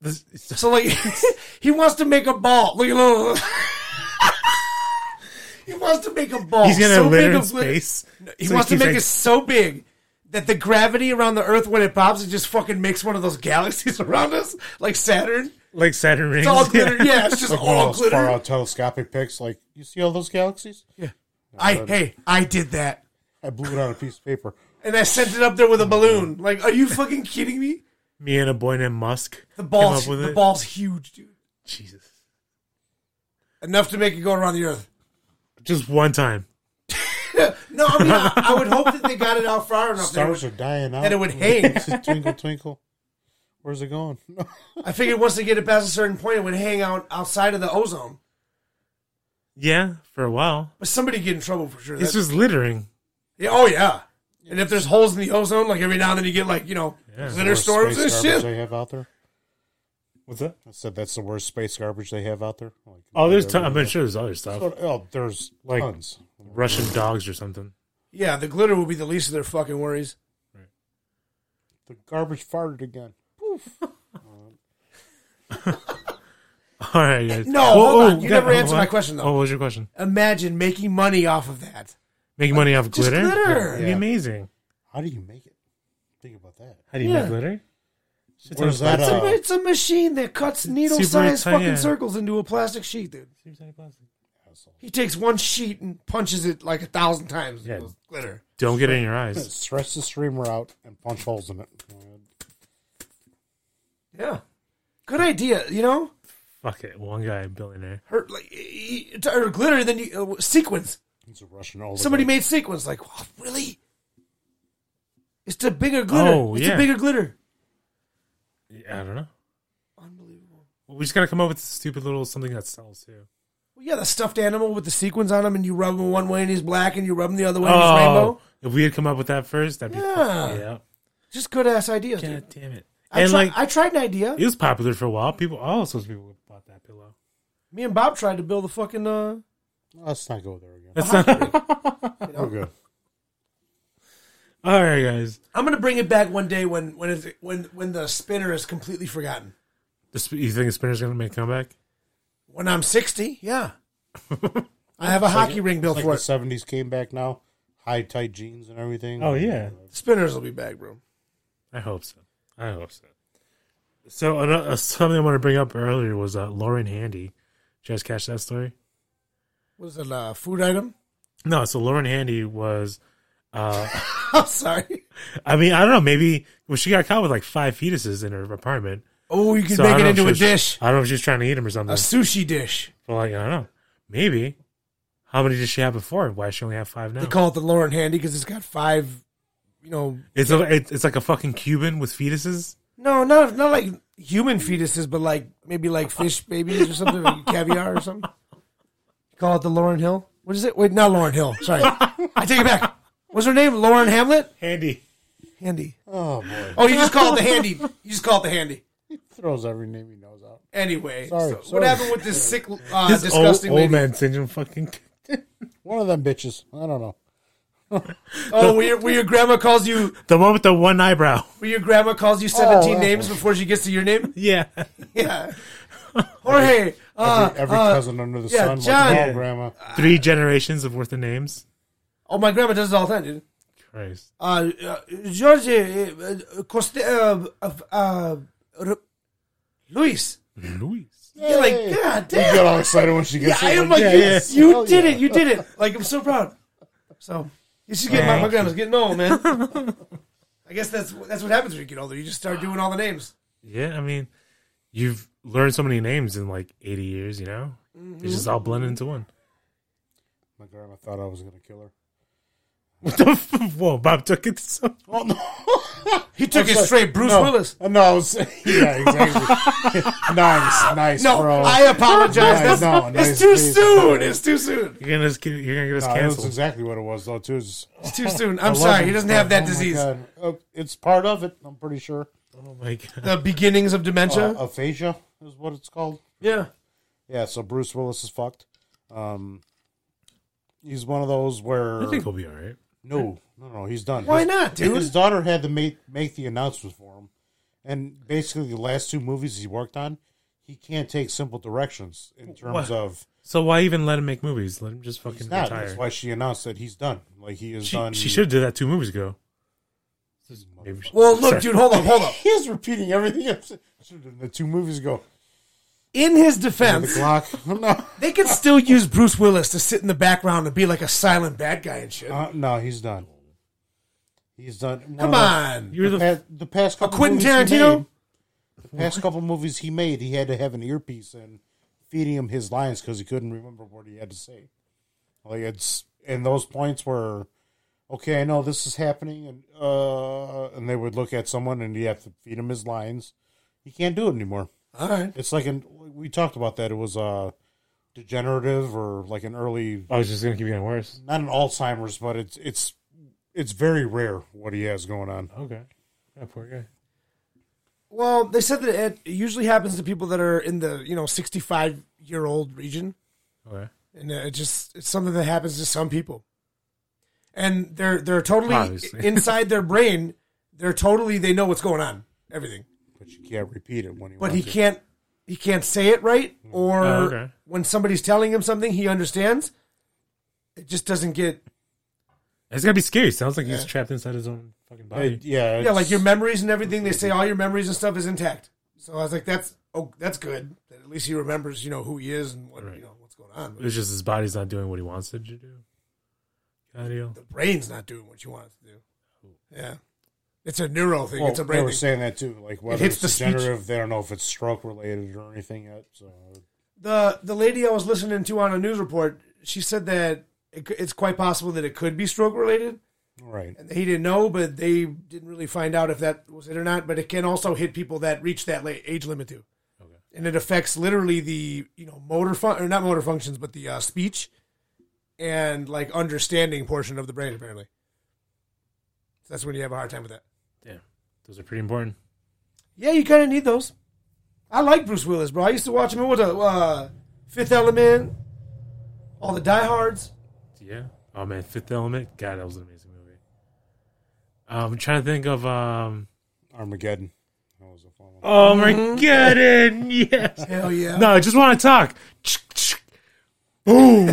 Speaker 3: This- it's-
Speaker 2: So like, he wants to make a ball. Look at look. He wants to make a ball.
Speaker 3: He's gonna
Speaker 2: so
Speaker 3: litter
Speaker 2: big
Speaker 3: in
Speaker 2: of glitter-
Speaker 3: space.
Speaker 2: He
Speaker 3: So
Speaker 2: wants to
Speaker 3: keeps,
Speaker 2: make
Speaker 3: like,
Speaker 2: it so big that the gravity around the Earth when it pops, it just fucking makes one of those galaxies around us, like Saturn.
Speaker 3: like Saturn rings.
Speaker 2: It's all glitter. Yeah, it's just
Speaker 1: like one
Speaker 2: all
Speaker 1: of those far
Speaker 2: glitter.
Speaker 1: out telescopic pics. Like, you see all those galaxies?
Speaker 2: I hey, I did that,
Speaker 1: I blew it on a piece of paper.
Speaker 2: and I sent it up there with a balloon. Like, are you fucking kidding me?
Speaker 3: Me and a boy named Musk.
Speaker 2: The
Speaker 3: came
Speaker 2: ball's
Speaker 3: up with
Speaker 2: the
Speaker 3: it.
Speaker 2: ball's huge, dude.
Speaker 3: Jesus.
Speaker 2: Enough to make it go around the Earth.
Speaker 3: Just one time.
Speaker 2: No, I mean, I, I would hope that they got it out far enough that it,
Speaker 1: Stars
Speaker 2: would,
Speaker 1: are dying out.
Speaker 2: that it would hang.
Speaker 1: twinkle, twinkle. Where's it going?
Speaker 2: I figured once they get it past a certain point, it would hang out outside of the ozone.
Speaker 3: Yeah, for a while.
Speaker 2: But somebody get in trouble for sure.
Speaker 3: It's
Speaker 2: That-
Speaker 3: just littering.
Speaker 2: yeah, oh yeah. And if there's holes in the ozone, like every now and then you get like you know
Speaker 3: Yeah.
Speaker 2: glitter storms and
Speaker 1: space
Speaker 2: shit.
Speaker 1: garbage they have out there.
Speaker 3: What's that?
Speaker 1: I said that's the worst space garbage they have out there. Like,
Speaker 3: Oh, there's. Ton- I'm sure there's other stuff,
Speaker 1: Oh, there's
Speaker 3: Like-
Speaker 1: tons.
Speaker 3: Russian dogs or something.
Speaker 2: Yeah, the glitter will be the least of their fucking worries.
Speaker 1: The garbage farted again.
Speaker 3: All right, guys.
Speaker 2: No, hold on. You never answered my question, though.
Speaker 3: Oh, what was your question?
Speaker 2: Imagine making money off of that.
Speaker 3: Making money off
Speaker 2: Just
Speaker 3: glitter?
Speaker 2: glitter.
Speaker 3: That'd be
Speaker 1: Yeah.
Speaker 3: amazing.
Speaker 1: How do you make it? Think about that.
Speaker 3: How do you
Speaker 2: Yeah.
Speaker 3: make glitter? Shit's
Speaker 1: Where's
Speaker 3: on a
Speaker 1: that,
Speaker 3: plastic-
Speaker 1: uh,
Speaker 2: It's a- it's a machine that cuts needle-sized
Speaker 3: tiny,
Speaker 2: fucking
Speaker 3: yeah.
Speaker 2: circles into a plastic sheet, dude.
Speaker 3: seems like plastic.
Speaker 2: He takes one sheet and punches it like a thousand times.
Speaker 3: Yeah.
Speaker 2: with glitter.
Speaker 3: Don't get it in your eyes.
Speaker 1: Stretch uh, the streamer out and punch holes in it. Uh,
Speaker 2: Yeah. Good idea, you know?
Speaker 3: Fuck it. One guy, billionaire.
Speaker 2: Her like e- e- or glitter, then you uh, sequins.
Speaker 1: It's a Russian oligarch.
Speaker 2: Somebody made sequins. Like, wow, really? It's the bigger glitter.
Speaker 3: Oh,
Speaker 2: it's
Speaker 3: yeah.
Speaker 2: the bigger glitter.
Speaker 3: Yeah, I don't know.
Speaker 2: Unbelievable.
Speaker 3: We just gotta come up with a stupid little something that sells too.
Speaker 2: Well, yeah, the stuffed animal with the sequins on him, and you rub him one way and he's black, and you rub him the other way and he's rainbow.
Speaker 3: Oh, if we had come up with that first, that'd be
Speaker 2: Yeah.
Speaker 3: yeah.
Speaker 2: Just good ass ideas. dude.
Speaker 3: God damn it!
Speaker 2: I,
Speaker 3: and
Speaker 2: tri-
Speaker 3: like
Speaker 2: I tried an idea.
Speaker 3: it was popular for a while. People, all sorts of people bought that pillow.
Speaker 2: Me and Bob tried to build a fucking uh,
Speaker 1: Let's not go there again.
Speaker 3: That's not
Speaker 1: We're good.
Speaker 3: all right, guys.
Speaker 2: I'm gonna bring it back one day when when it's, when when the spinner is completely forgotten.
Speaker 3: The sp- you think the spinner's gonna make a comeback?
Speaker 2: When I'm 60, yeah. I have a hockey ring built
Speaker 1: Like
Speaker 2: for
Speaker 1: the
Speaker 2: it.
Speaker 1: seventies came back now. High tight jeans and everything.
Speaker 3: Oh yeah,
Speaker 2: Spinners will be back, bro.
Speaker 3: I hope so. I hope so. So ano- uh, something I want to bring up earlier was uh, Lauren Handy. Did you guys catch that story?
Speaker 2: What is it? Uh, food item?
Speaker 3: No, so Lauren Handy was.
Speaker 2: I'm sorry.
Speaker 3: I mean, I don't know. Maybe well, she got caught with like five fetuses in her apartment.
Speaker 2: Oh, you can
Speaker 3: So I
Speaker 2: make
Speaker 3: don't
Speaker 2: it
Speaker 3: know
Speaker 2: into a
Speaker 3: if she was-
Speaker 2: dish,
Speaker 3: I don't know if she was trying to eat them or something.
Speaker 2: a sushi dish.
Speaker 3: But like, I don't know. Maybe. How many did she have before? Why does she only have five now?
Speaker 2: They call it the Lauren Handy because it's got five. You know,
Speaker 3: it's a, it- it's like a fucking Cuban with fetuses.
Speaker 2: no, not not like human fetuses, but like maybe like fish babies or something, like caviar or something. Call it the Lauren Hill. What is it? Wait, not Lauren Hill. Sorry, I take it back. What's her name? Lauren Hamlet.
Speaker 3: Handy.
Speaker 2: Handy.
Speaker 1: Oh boy,
Speaker 2: Oh, you just call it the handy. You just call it the handy.
Speaker 1: throws every name he knows out.
Speaker 2: Anyway,
Speaker 1: Sorry,
Speaker 2: so
Speaker 1: sorry.
Speaker 2: what happened with this sick, uh,
Speaker 3: This old,
Speaker 2: disgusting
Speaker 3: old
Speaker 2: lady?
Speaker 3: man syndrome fucking.
Speaker 1: One of them bitches. I don't know.
Speaker 2: Oh, where your, where your grandma calls you,
Speaker 3: The one with the one eyebrow.
Speaker 2: where your grandma calls you seventeen
Speaker 1: Oh,
Speaker 2: names before she gets to your name.
Speaker 3: Yeah.
Speaker 2: Yeah, Jorge. Uh,
Speaker 1: Every cousin under the
Speaker 2: yeah,
Speaker 1: sun,
Speaker 2: John.
Speaker 1: like, oh, grandma.
Speaker 3: Three generations of worth of names.
Speaker 2: oh, my grandma does it all the time, dude.
Speaker 3: Christ.
Speaker 2: Uh, uh, George uh, uh, Costa, uh, uh, uh, Ru- Luis.
Speaker 3: Luis.
Speaker 2: You're
Speaker 1: Yay.
Speaker 2: like, God
Speaker 1: You
Speaker 2: damn!
Speaker 1: get all excited when she gets
Speaker 2: I
Speaker 1: it.
Speaker 2: am like,
Speaker 3: yeah,
Speaker 2: you,
Speaker 3: yeah.
Speaker 2: you
Speaker 1: Hell
Speaker 2: did
Speaker 1: yeah.
Speaker 2: it, you did it. Like, I'm so proud. So, you should get my, my grandma's getting old, man. I guess that's that's what happens when you get older. You just start doing all the names.
Speaker 3: Yeah, I mean, you've learned so many names in like 80 years, you know? It's just all blended into one.
Speaker 1: My grandma thought I was gonna kill her.
Speaker 3: What the f- Whoa, Bob took it so.
Speaker 1: Oh no!
Speaker 2: He took it straight, Bruce
Speaker 1: no. Uh,
Speaker 2: Willis.
Speaker 1: No, I was, yeah, exactly. nice, nice,
Speaker 2: No,
Speaker 1: bro.
Speaker 2: I apologize.
Speaker 1: Nice,
Speaker 2: That's,
Speaker 1: no, nice,
Speaker 2: it's too
Speaker 1: please.
Speaker 3: Oh,
Speaker 2: soon. It's too soon.
Speaker 3: You're gonna, just get- you're gonna get us
Speaker 1: No, that's
Speaker 3: canceled.
Speaker 1: exactly what it was, though. Too. It's-
Speaker 2: It's too soon. I'm
Speaker 1: I love
Speaker 2: sorry. He
Speaker 1: him,
Speaker 2: doesn't
Speaker 1: but-
Speaker 2: have
Speaker 1: oh
Speaker 2: that
Speaker 1: my
Speaker 2: disease.
Speaker 1: God. Oh, it's part of it. I'm pretty sure.
Speaker 3: Oh my god.
Speaker 2: The beginnings of dementia.
Speaker 1: Uh, aphasia is what it's called.
Speaker 2: yeah.
Speaker 1: Yeah. So Bruce Willis is fucked. Um, he's one of those where
Speaker 3: I think we'll be all right.
Speaker 1: no, no, no, he's done.
Speaker 2: Why
Speaker 1: His-
Speaker 2: not, dude?
Speaker 1: His daughter had to make make the announcement for him, and basically the last two movies he worked on, he can't take simple directions in terms
Speaker 3: What?
Speaker 1: of
Speaker 3: So why even let him make movies? Let him just fucking
Speaker 1: He's not.
Speaker 3: retire.
Speaker 1: That's why she announced that he's done. Like he is
Speaker 3: she,
Speaker 1: done.
Speaker 3: she should have did that two movies ago. Maybe she-
Speaker 2: Well, look,
Speaker 3: Sorry.
Speaker 2: dude, hold up, hold up.
Speaker 1: He is repeating everything. I've said. Should've done The two movies ago.
Speaker 2: In his
Speaker 1: The
Speaker 2: defense,
Speaker 1: Glock. No,
Speaker 2: they could still use Bruce Willis to sit in the background and be like a silent bad guy and shit.
Speaker 1: Uh, no, he's done. He's done. One of
Speaker 2: Come on.
Speaker 1: The,
Speaker 3: You're
Speaker 1: the,
Speaker 3: the,
Speaker 1: past, the past couple
Speaker 2: Quentin
Speaker 1: movies he
Speaker 2: Tarantino?
Speaker 1: made- the past couple movies he made, he had to have an earpiece and feeding him his lines because he couldn't remember what he had to say. Like it's and those points were okay. I know this is happening, and uh, and they would look at someone and you have to feed him his lines. He can't do it anymore.
Speaker 2: All right.
Speaker 1: It's like an we talked about that. It was uh degenerative or like an early
Speaker 3: I was just gonna keep getting worse.
Speaker 1: not an Alzheimer's, but it's it's it's very rare what he has going on.
Speaker 3: Okay. Yeah, poor guy.
Speaker 2: Well, they said that it usually happens to people that are in the, you know, 65 year old region.
Speaker 3: Okay.
Speaker 2: And uh, it just, it's something that happens to some people. And they're, they're totally
Speaker 3: Obviously.
Speaker 2: inside their brain. They're totally, they know what's going on, everything.
Speaker 1: But you can't repeat it when he.
Speaker 2: but
Speaker 1: wants
Speaker 2: he
Speaker 1: it.
Speaker 2: can't he can't say it right or
Speaker 3: Oh, okay.
Speaker 2: when somebody's telling him something he understands it just doesn't get
Speaker 3: It's gotta be scary. Sounds like he's trapped inside his own fucking body.
Speaker 1: It- yeah,
Speaker 2: yeah like
Speaker 1: it's-
Speaker 2: your memories and everything they say all your memories and stuff is intact so i was like that's oh that's good that at least he remembers you know who he is and what you know what's going on
Speaker 3: it's just his body's not doing what he wants it to do. Kinda deal.
Speaker 2: the brain's not doing what you want it to do yeah it's a neuro thing
Speaker 1: Well,
Speaker 2: it's a
Speaker 1: they
Speaker 2: brain
Speaker 1: were
Speaker 2: thing.
Speaker 1: saying that too. Like whether
Speaker 2: hits
Speaker 1: it's
Speaker 2: the speech.
Speaker 1: degenerative, they don't know if it's stroke related or anything yet. So
Speaker 2: the the lady i was listening to on a news report she said that it, c- it's quite possible that it could be stroke related
Speaker 1: right,
Speaker 2: and he didn't know, but they didn't really find out if that was it or not. But it can also hit people that reach that la age limit too, and it affects literally the you know motor fun or not motor functions, but the uh, speech and like understanding portion of the brain apparently. So that's when you have a hard time with that.
Speaker 3: Damn. Those are pretty important.
Speaker 2: Yeah, you kind of need those. I like Bruce Willis, bro. I used to watch him. What a uh, Fifth Element, all the diehards.
Speaker 3: Yeah. Oh man, Fifth Element. God, that was an amazing movie. Um, I'm trying to think of um.
Speaker 1: Armageddon. That was a fun one.
Speaker 3: Oh my god! Yes.
Speaker 2: Hell yeah.
Speaker 3: No, I just want to talk. Boom.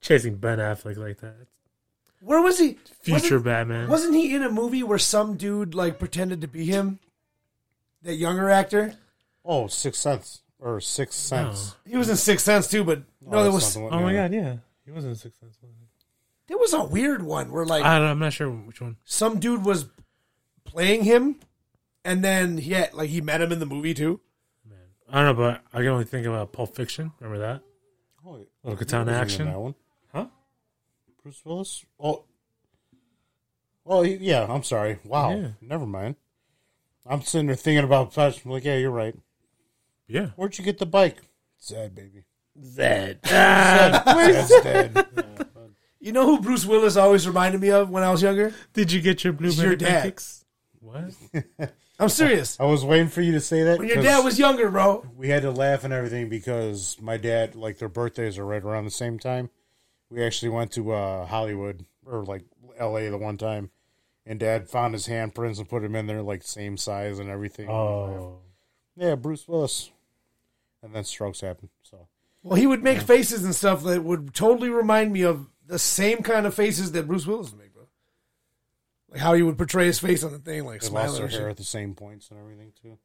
Speaker 3: Chasing Ben Affleck like that.
Speaker 2: Where was he?
Speaker 3: Future
Speaker 2: Wasn't,
Speaker 3: Batman.
Speaker 2: wasn't he in a movie where some dude like pretended to be him? That younger actor.
Speaker 1: Oh, Sixth Sense or Sixth Sense.
Speaker 2: He was in Sixth Sense too, but no,
Speaker 1: Oh,
Speaker 2: there
Speaker 1: that's
Speaker 2: was
Speaker 1: not the one,
Speaker 3: oh my
Speaker 1: yeah.
Speaker 3: god, yeah, he wasn't successful.
Speaker 2: there was a weird one where like
Speaker 3: I don't, know, I'm not sure which one.
Speaker 2: some dude was playing him, and then he had, like he met him in the movie too.
Speaker 3: I don't know, but I can only think about Pulp Fiction. Remember that?
Speaker 1: Oh, wait.
Speaker 3: Little Catan
Speaker 1: He was in
Speaker 3: action.
Speaker 1: That one.
Speaker 3: Huh?
Speaker 1: Bruce Willis. Oh. Oh he- yeah, I'm sorry. Wow,
Speaker 3: Yeah.
Speaker 1: never mind. I'm sitting there thinking about Flash. I'm like, yeah, you're right.
Speaker 3: Yeah.
Speaker 1: Where'd you get the bike? Zed, baby.
Speaker 2: Zed.
Speaker 1: Zed. Zed's dead.
Speaker 2: You know who Bruce Willis always reminded me of when I was younger?
Speaker 3: Did you get your blueberry
Speaker 2: your dad.
Speaker 3: pancakes? What?
Speaker 2: I'm serious.
Speaker 1: I was waiting for you to say that.
Speaker 2: When your
Speaker 1: 'cause
Speaker 2: dad was younger, bro.
Speaker 1: we had to laugh and everything because my dad, like, their birthdays are right around the same time. We actually went to uh, Hollywood or like L.A. the one time, and Dad found his handprints and put them in there, like same size and everything.
Speaker 3: Oh,
Speaker 1: Yeah, Bruce Willis. And then strokes happen. So
Speaker 2: Well, he would make faces and stuff that would totally remind me of the same kind of faces that Bruce Willis would make, bro. Like how he would portray his face on the thing, like
Speaker 1: they lost
Speaker 2: smiling.
Speaker 1: their
Speaker 2: and
Speaker 1: hair
Speaker 2: shit.
Speaker 1: at the same points and everything too.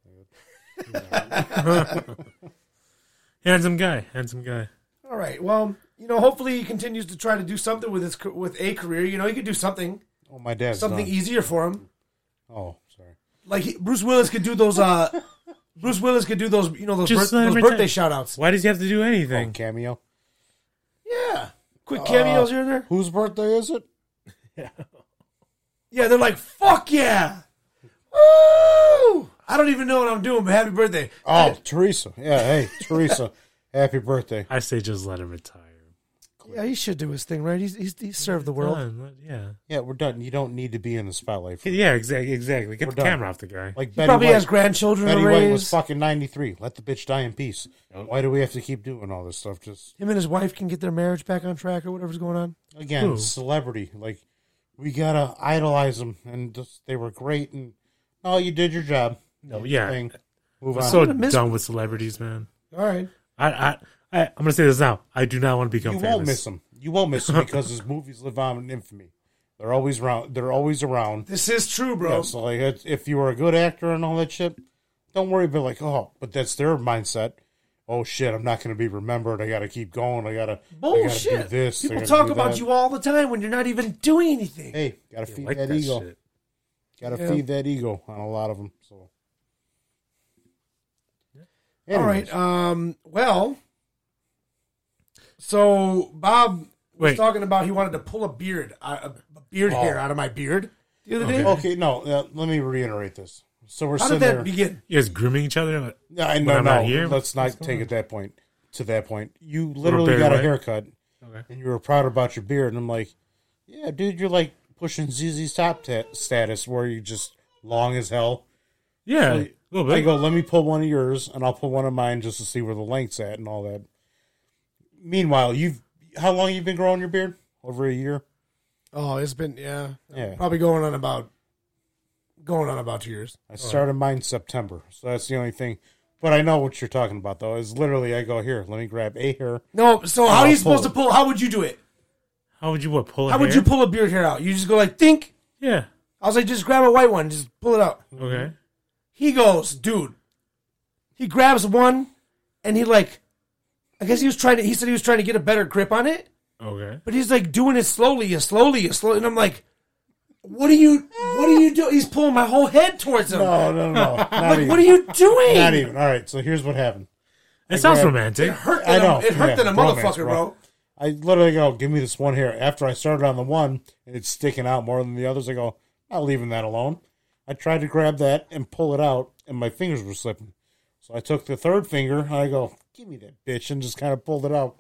Speaker 3: handsome guy, handsome guy.
Speaker 2: All right. Well, you know, hopefully he continues to try to do something with his ca- with a career. You know, he could do something
Speaker 1: Oh, my dad's
Speaker 2: something e-
Speaker 1: done.
Speaker 2: easier for him.
Speaker 1: oh, sorry.
Speaker 2: Like he, Bruce Willis could do those. uh Bruce Willis could do those. You know, those,
Speaker 3: Just
Speaker 2: birth-
Speaker 3: let him
Speaker 2: those
Speaker 3: retire.
Speaker 2: birthday shout outs.
Speaker 3: Why does he have to do
Speaker 1: Oh,
Speaker 3: anything?
Speaker 1: cameo.
Speaker 2: Yeah. Uh, Quick cameos here and there.
Speaker 1: Whose birthday is it?
Speaker 2: Yeah, they're like, fuck yeah. Woo! I don't even know what I'm doing, but happy birthday.
Speaker 1: Oh, Teresa. Yeah, hey, Teresa. Happy birthday.
Speaker 3: Oh. I say just let him retire.
Speaker 2: Yeah, he should do his thing, right? He's, he's, he's served the world.
Speaker 3: Done, let- Yeah,
Speaker 1: Yeah, we're done. You don't need to be in the spotlight. For
Speaker 3: yeah, exactly, exactly. Get the
Speaker 1: done.
Speaker 3: camera off the guy.
Speaker 1: Like
Speaker 2: He
Speaker 1: Betty
Speaker 2: probably
Speaker 1: White.
Speaker 2: has grandchildren
Speaker 1: Betty
Speaker 2: to
Speaker 1: White was
Speaker 2: raise.
Speaker 1: fucking 93. Let the bitch die in peace. Why do we have to keep doing all this stuff? Just,
Speaker 2: Him and his wife can get their marriage back on track or whatever's going on.
Speaker 1: again,
Speaker 3: Who?
Speaker 1: celebrity. Like, we gotta idolize them. And just, they were great. And, oh, you did your job.
Speaker 2: Oh,
Speaker 3: no, yeah.
Speaker 1: Thing. Move on.
Speaker 3: I'm so
Speaker 2: gonna miss-
Speaker 3: done with celebrities, man.
Speaker 2: All right.
Speaker 3: I, I, I, I'm gonna say this now. I do not want to become
Speaker 1: you
Speaker 3: famous.
Speaker 1: won't miss him. You won't miss him because his movies live on in infamy. They're always around. They're always around.
Speaker 2: This is true, bro.
Speaker 1: Yeah, so like, it's- if you were a good actor and all that shit, don't worry about like, oh, but that's their mindset. Oh shit, I'm not going to be remembered. I got to keep going. I got to I gotta
Speaker 2: Bullshit.
Speaker 1: do this. I
Speaker 2: People
Speaker 1: gotta
Speaker 2: talk
Speaker 1: do
Speaker 2: about
Speaker 1: that.
Speaker 2: you all the time when you're not even doing anything.
Speaker 1: Hey, got to feed
Speaker 3: Like
Speaker 1: that,
Speaker 3: that,
Speaker 1: ego.
Speaker 3: shit.
Speaker 1: Got to
Speaker 2: Yeah.
Speaker 1: feed that ego on a lot of them. So,
Speaker 2: All
Speaker 1: Anyways,
Speaker 2: right. Um. Well. So Bob was
Speaker 3: Wait.
Speaker 2: talking about he wanted to pull a beard, uh, a beard
Speaker 1: Oh.
Speaker 2: hair out of my beard the other day.
Speaker 1: Okay, no. Uh, let me reiterate this. So we're
Speaker 2: How
Speaker 1: sitting
Speaker 2: did that
Speaker 1: there.
Speaker 2: begin?
Speaker 3: You guys grooming each other? Like,
Speaker 1: Yeah, I no,
Speaker 3: I'm
Speaker 1: no.
Speaker 3: not here?
Speaker 1: Let's not take it that point. To that point, you literally
Speaker 3: Barry
Speaker 1: got a
Speaker 3: White?
Speaker 1: haircut,
Speaker 3: Okay.
Speaker 1: and you were proud about your beard. And I'm like, yeah, dude, you're like pushing ZZ's top ta status, where you just long as hell.
Speaker 3: Yeah, a little
Speaker 1: I
Speaker 3: bit.
Speaker 1: go, let me pull one of yours, and I'll pull one of mine just to see where the length's at and all that. Meanwhile, you've how long you been growing your beard? Over a year.
Speaker 2: Oh, it's been yeah,
Speaker 1: Yeah.
Speaker 2: probably going on about going on about two years.
Speaker 1: I started mine September, so that's the only thing. But I know what you're talking about, though. Is literally, I go here. Let me grab a hair.
Speaker 2: No. So how
Speaker 1: Oh, I'll
Speaker 2: are you supposed
Speaker 1: pull it.
Speaker 2: to pull? How would you do it?
Speaker 3: How would you what pull? a
Speaker 2: How would
Speaker 3: hair?
Speaker 2: you pull a beard hair out? You just go like think.
Speaker 3: Yeah.
Speaker 2: I was like, just grab a white one, just pull it out.
Speaker 3: Okay.
Speaker 2: He goes, dude. He grabs one, and he like, I guess he was trying to. He said he was trying to get a better grip on it.
Speaker 3: Okay.
Speaker 2: but he's like doing it slowly and slowly and slowly. And I'm like, what are you, what are you doing? He's pulling my whole head towards him.
Speaker 3: Oh,
Speaker 1: No, no, no, not even.
Speaker 2: What are you doing?
Speaker 1: Not even. All right. So here's what happened.
Speaker 3: It sounds
Speaker 1: grab-
Speaker 3: romantic.
Speaker 2: It hurt
Speaker 1: I
Speaker 2: than
Speaker 1: know.
Speaker 2: a, it hurt
Speaker 1: Yeah,
Speaker 2: than a
Speaker 1: romance,
Speaker 2: motherfucker,
Speaker 1: bro.
Speaker 2: bro.
Speaker 1: I literally go, give me this one hair. After I started on the one and it's sticking out more than the others, I go, not leaving that alone. I tried to grab that and pull it out, and my fingers were slipping. So I took the third finger and I go, give me that bitch, and just kind of pulled it out.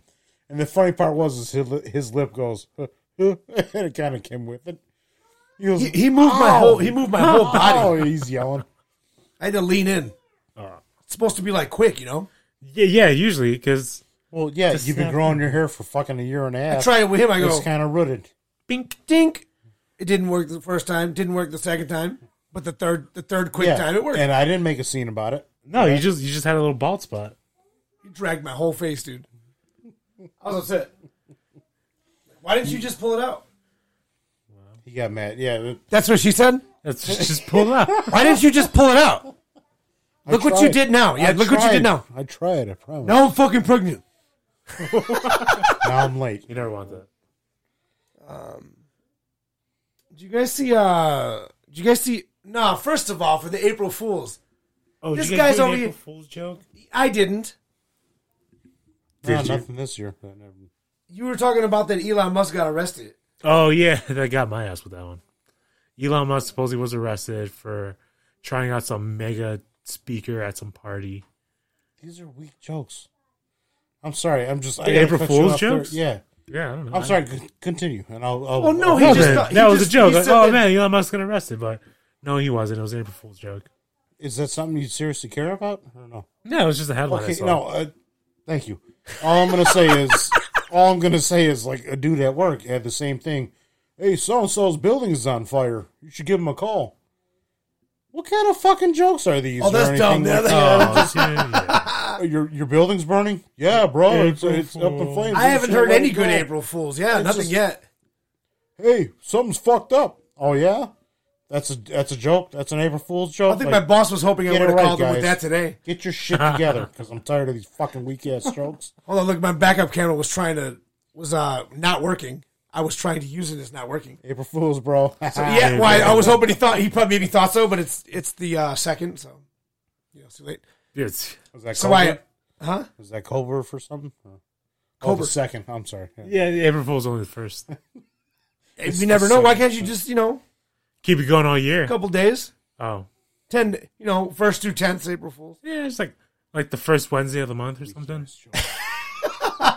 Speaker 1: And the funny part was, is his, li- his lip goes, and it kind of came with it. He, goes,
Speaker 2: He, he moved my
Speaker 1: "Ow."
Speaker 2: whole, he moved my whole body.
Speaker 1: Oh, he's yelling.
Speaker 2: I had to lean in. It's supposed to be like quick, you know?
Speaker 3: Yeah. Yeah. Usually, because
Speaker 1: Well, yeah,
Speaker 3: Just
Speaker 1: you've been
Speaker 3: snap.
Speaker 1: growing your hair for fucking a year and a half.
Speaker 2: I try it with him. I go,
Speaker 1: It's kind of rooted.
Speaker 2: bink, dink. It didn't work the first time. Didn't work the second time. But the third, the third quick
Speaker 1: Yeah,
Speaker 2: time, it worked.
Speaker 1: and I didn't make a scene about it.
Speaker 3: no, you just you just had a little bald spot.
Speaker 2: You dragged my whole face, dude. I was upset. Why didn't you just pull it out?
Speaker 1: He got mad. Yeah. that-
Speaker 2: That's what she said?
Speaker 3: That's just pull out.
Speaker 2: Why didn't you just pull it out?
Speaker 1: I
Speaker 2: Look what you
Speaker 1: tried.
Speaker 2: did now. Yeah,
Speaker 1: I
Speaker 2: look what you
Speaker 1: tried.
Speaker 2: did now.
Speaker 1: I tried. I promise.
Speaker 2: Now I'm fucking pregnant.
Speaker 1: Now I'm late.
Speaker 3: You never want that.
Speaker 2: Did you guys see? uh Did you guys see? Nah. First of all, for the April Fools,
Speaker 3: Oh,
Speaker 2: This
Speaker 3: did you
Speaker 2: guy's
Speaker 3: guys do an
Speaker 2: over
Speaker 3: April
Speaker 2: here-
Speaker 3: Fool's joke?
Speaker 2: I didn't.
Speaker 1: No,
Speaker 3: Did you?
Speaker 1: nothing this year. I never-
Speaker 2: You were talking about that Elon Musk got arrested.
Speaker 3: Oh yeah, that got my ass with that one. Elon Musk supposedly was arrested for trying out some mega speaker at some party.
Speaker 1: These are weak jokes. I'm sorry. I'm just. I
Speaker 3: The
Speaker 1: gotta
Speaker 3: April
Speaker 1: cut you
Speaker 3: Fool's
Speaker 1: off there.
Speaker 3: jokes?
Speaker 1: Yeah.
Speaker 3: Yeah, I don't know.
Speaker 1: I'm sorry. c- Continue, and I'll. I'll
Speaker 2: Oh, no,
Speaker 1: I'll-
Speaker 2: he
Speaker 3: Oh,
Speaker 2: just
Speaker 3: man,
Speaker 2: got- he
Speaker 3: that was
Speaker 2: just-
Speaker 3: a joke.
Speaker 2: he
Speaker 3: Like,
Speaker 2: said
Speaker 3: oh
Speaker 2: that-
Speaker 3: man, Elon Musk got arrested, but no, he wasn't. It was an April Fool's joke.
Speaker 1: Is that something you seriously care about? or no?
Speaker 3: No, it was just a headline. I
Speaker 1: Okay,
Speaker 3: saw.
Speaker 1: no. Uh, thank you. All I'm gonna say is, all I'm gonna say is, like a dude at work had the same thing. Hey, so and so's building is on fire. You should give him a call. What kind of fucking jokes are these?
Speaker 2: Oh, that's
Speaker 1: or
Speaker 2: dumb.
Speaker 1: anything
Speaker 2: There
Speaker 1: Like,
Speaker 2: they
Speaker 1: that?
Speaker 2: are.
Speaker 3: Oh, yeah, yeah.
Speaker 1: Uh, your your building's burning? Yeah, bro. It's,
Speaker 3: April
Speaker 1: it's up in
Speaker 3: Fool.
Speaker 1: flames.
Speaker 2: I
Speaker 1: You
Speaker 2: haven't
Speaker 1: should
Speaker 2: heard
Speaker 1: let
Speaker 2: any
Speaker 1: him
Speaker 2: good
Speaker 1: know.
Speaker 2: April Fools. Yeah, nothing
Speaker 1: just-
Speaker 2: yet.
Speaker 1: Hey, something's fucked up. Oh yeah, that's a that's a joke. That's an April Fool's joke.
Speaker 2: I think
Speaker 1: Like,
Speaker 2: my boss was hoping I
Speaker 1: get
Speaker 2: would
Speaker 1: it
Speaker 2: have
Speaker 1: right,
Speaker 2: called him with
Speaker 1: guys.
Speaker 2: that today.
Speaker 1: Get your shit together, because I'm tired of these fucking weak ass strokes.
Speaker 2: Hold on, look, my backup camera was trying to was uh not working. I was trying to use it, it's not working.
Speaker 1: April Fools, bro.
Speaker 2: Yeah, why? I was hoping he thought he probably maybe thought so, but it's it's the uh, second, so you know, it's too late.
Speaker 3: It's-
Speaker 1: Was that
Speaker 2: So
Speaker 1: Cobra?
Speaker 2: I, huh?
Speaker 1: was that Culver for something? Or- Oh,
Speaker 2: Cobra.
Speaker 1: the second. I'm sorry. Yeah.
Speaker 3: yeah, April Fool's only the first.
Speaker 2: you never know. Why can't you just you know
Speaker 3: Keep it going all
Speaker 2: a
Speaker 3: year.
Speaker 2: couple days,
Speaker 3: Oh,
Speaker 2: ten, you know, first through tenth, April Fools.
Speaker 3: yeah, it's like like the first Wednesday of the month or something.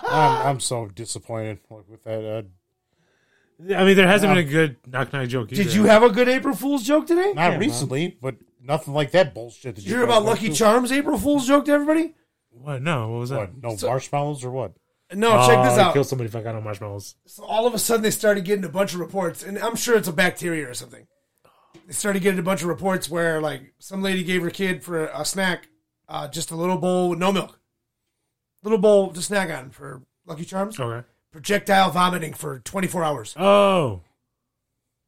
Speaker 1: I'm, I'm so disappointed like, with that. Uh,
Speaker 3: I mean, there hasn't been a good knock knock joke. Either.
Speaker 2: Did you have a good April Fools joke today?
Speaker 1: not recently, but nothing like that bullshit. That
Speaker 2: Did you hear about Lucky Charms April Fools joke to everybody?
Speaker 3: What? No. What was that?
Speaker 1: What, no marshmallows or what?
Speaker 2: No, check this
Speaker 3: Oh, I
Speaker 2: out.
Speaker 3: Killed somebody if I got on marshmallows.
Speaker 2: So all of a sudden they started getting a bunch of reports, and I'm sure it's a bacteria or something. They started getting a bunch of reports where like some lady gave her kid for a snack, uh, just a little bowl with no milk, little bowl to snack on for Lucky Charms.
Speaker 3: Okay.
Speaker 2: Projectile vomiting for 24 hours.
Speaker 3: Oh,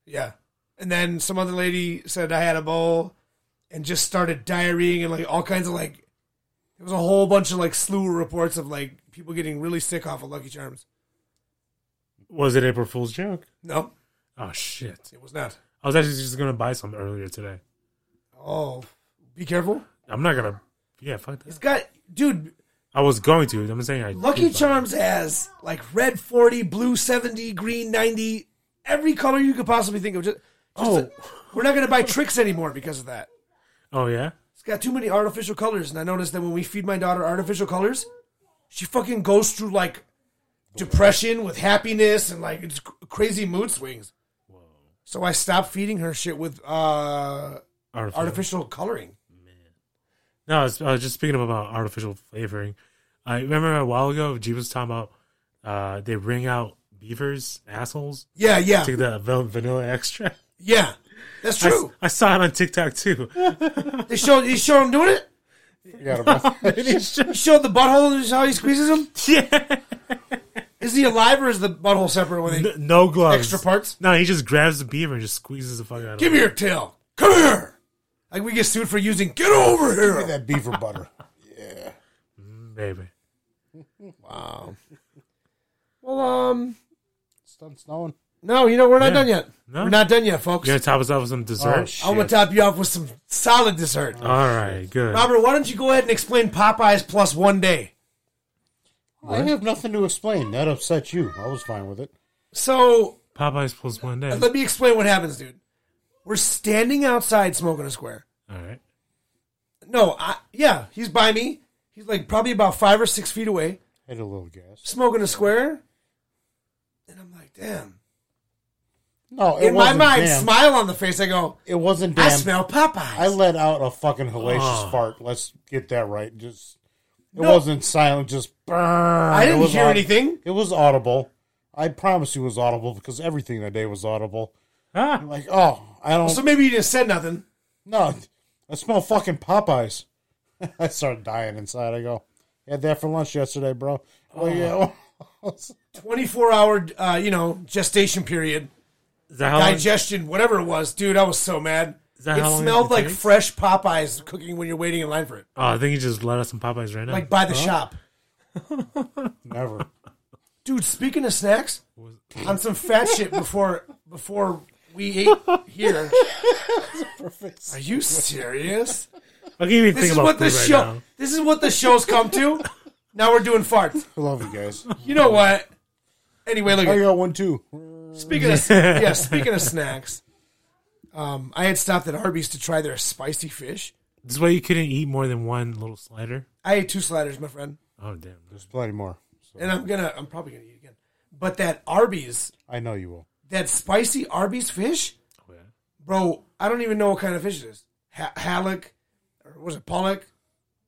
Speaker 2: Yeah, and then some other lady said I had a bowl, and just started diarrheaing and like all kinds of like. There was a whole bunch of like slew of reports of like people getting really sick off of Lucky Charms.
Speaker 3: was it April Fool's joke?
Speaker 2: No,
Speaker 3: Oh shit!
Speaker 2: it was not.
Speaker 3: I was actually just gonna buy some earlier today.
Speaker 2: Oh, be careful.
Speaker 3: I'm not gonna. Yeah, fuck that.
Speaker 2: It's got, dude,
Speaker 3: I was going to. I'm saying I.
Speaker 2: Lucky
Speaker 3: did buy it.
Speaker 2: Charms has like red 40, blue 70, green 90, every color you could possibly think of. Just, just
Speaker 3: Oh.
Speaker 2: we're not going to buy tricks anymore because of that.
Speaker 3: Oh yeah.
Speaker 2: It's got too many artificial colors. And I noticed that when we feed my daughter artificial colors, she fucking goes through like depression with happiness and like it's cr- crazy mood swings. So I stopped feeding her shit with uh,
Speaker 3: Artificial.
Speaker 2: artificial coloring.
Speaker 3: No, I was, I was just speaking of about artificial flavoring. I remember a while ago, G was talking about uh, they wring out beavers' assholes.
Speaker 2: Yeah, yeah,
Speaker 3: Take the vel- vanilla extract.
Speaker 2: yeah. That's
Speaker 3: I s-
Speaker 2: true.
Speaker 3: I, saw it on TikTok too.
Speaker 2: They show you show him doing it.
Speaker 1: Yeah, bro.
Speaker 2: You showed the butthole and how he squeezes him?
Speaker 3: yeah.
Speaker 2: Is he alive or is the butthole separate when they
Speaker 3: No, no gloves.
Speaker 2: extra parts?
Speaker 3: No, he just grabs the beaver and just squeezes the fuck out of
Speaker 2: Give
Speaker 3: it.
Speaker 2: me your tail. Come here. Like we get sued for using get over here.
Speaker 1: that beaver butter.
Speaker 3: Baby.
Speaker 2: Wow. Well, um
Speaker 1: It's done snowing.
Speaker 2: no, you know, we're not
Speaker 3: Yeah.
Speaker 2: done yet.
Speaker 3: No.
Speaker 2: We're not done yet, folks.
Speaker 3: You gonna top us off with some
Speaker 1: Oh,
Speaker 3: dessert?
Speaker 2: I'm gonna
Speaker 1: shit.
Speaker 2: top you off with some solid dessert.
Speaker 3: All right, good.
Speaker 2: Robert, why don't you go ahead and explain Popeyes plus one day?
Speaker 1: I have nothing to explain. That upset you. I was fine with it.
Speaker 2: So
Speaker 3: Popeyes plus one day.
Speaker 2: let me explain what happens, dude. We're standing outside smoking a square.
Speaker 3: All right.
Speaker 2: No, I, yeah, he's by me. He's like probably about five or six feet away.
Speaker 1: I had a little gas.
Speaker 2: smoking a square, and I'm like, damn.
Speaker 1: No, it
Speaker 2: In my
Speaker 1: wasn't
Speaker 2: mind,
Speaker 1: damn.
Speaker 2: smile on the face. I go,
Speaker 1: it wasn't
Speaker 2: I
Speaker 1: damn.
Speaker 2: smell Popeyes.
Speaker 1: I let out a fucking hellacious
Speaker 3: Ah.
Speaker 1: fart. Let's get that right. Just it
Speaker 2: No.
Speaker 1: wasn't silent. Just
Speaker 2: I didn't
Speaker 1: It was
Speaker 2: hear
Speaker 1: aud-
Speaker 2: anything.
Speaker 1: It was audible. I promise you, it was audible because everything that day was audible.
Speaker 3: Ah,
Speaker 1: Like, oh, I don't
Speaker 2: so maybe you just said nothing.
Speaker 1: no. I smell fucking Popeyes. I started dying inside. I go had that for lunch yesterday, bro. Oh yeah.
Speaker 2: 24 hour, uh, you know, gestation period.
Speaker 3: Is that how long?
Speaker 2: digestion, whatever it was, dude. I was so mad.
Speaker 3: Is that
Speaker 2: It
Speaker 3: how long
Speaker 2: smelled
Speaker 3: it
Speaker 2: like
Speaker 3: takes?
Speaker 2: fresh Popeyes cooking when you're waiting in line for it,
Speaker 3: Oh, I think you just let us some Popeyes right now.
Speaker 2: like by the shop.
Speaker 1: Never.
Speaker 2: Dude, speaking of snacks, on some fat shit before before we ate here. Are you serious?
Speaker 3: I can't
Speaker 2: This
Speaker 3: even think
Speaker 2: is
Speaker 3: about
Speaker 2: what
Speaker 3: food
Speaker 2: the
Speaker 3: right
Speaker 2: show.
Speaker 3: now.
Speaker 2: This is what the show's come to. Now we're doing farts.
Speaker 1: I love you guys.
Speaker 2: You know what? Anyway, look.
Speaker 1: I
Speaker 2: At,
Speaker 1: got one too.
Speaker 2: speaking of yeah, speaking of snacks, um, I had stopped at Arby's to try their spicy fish.
Speaker 3: This is why you couldn't eat more than one little slider.
Speaker 2: I ate two sliders, my friend,
Speaker 3: Oh damn!
Speaker 1: There's plenty more. So
Speaker 2: and I'm gonna. I'm probably gonna eat again. But that Arby's,
Speaker 1: I know you will.
Speaker 2: that spicy Arby's fish,
Speaker 3: Oh, yeah.
Speaker 2: bro. I don't even know what kind of fish it is. Ha- hallock, or was it pollock?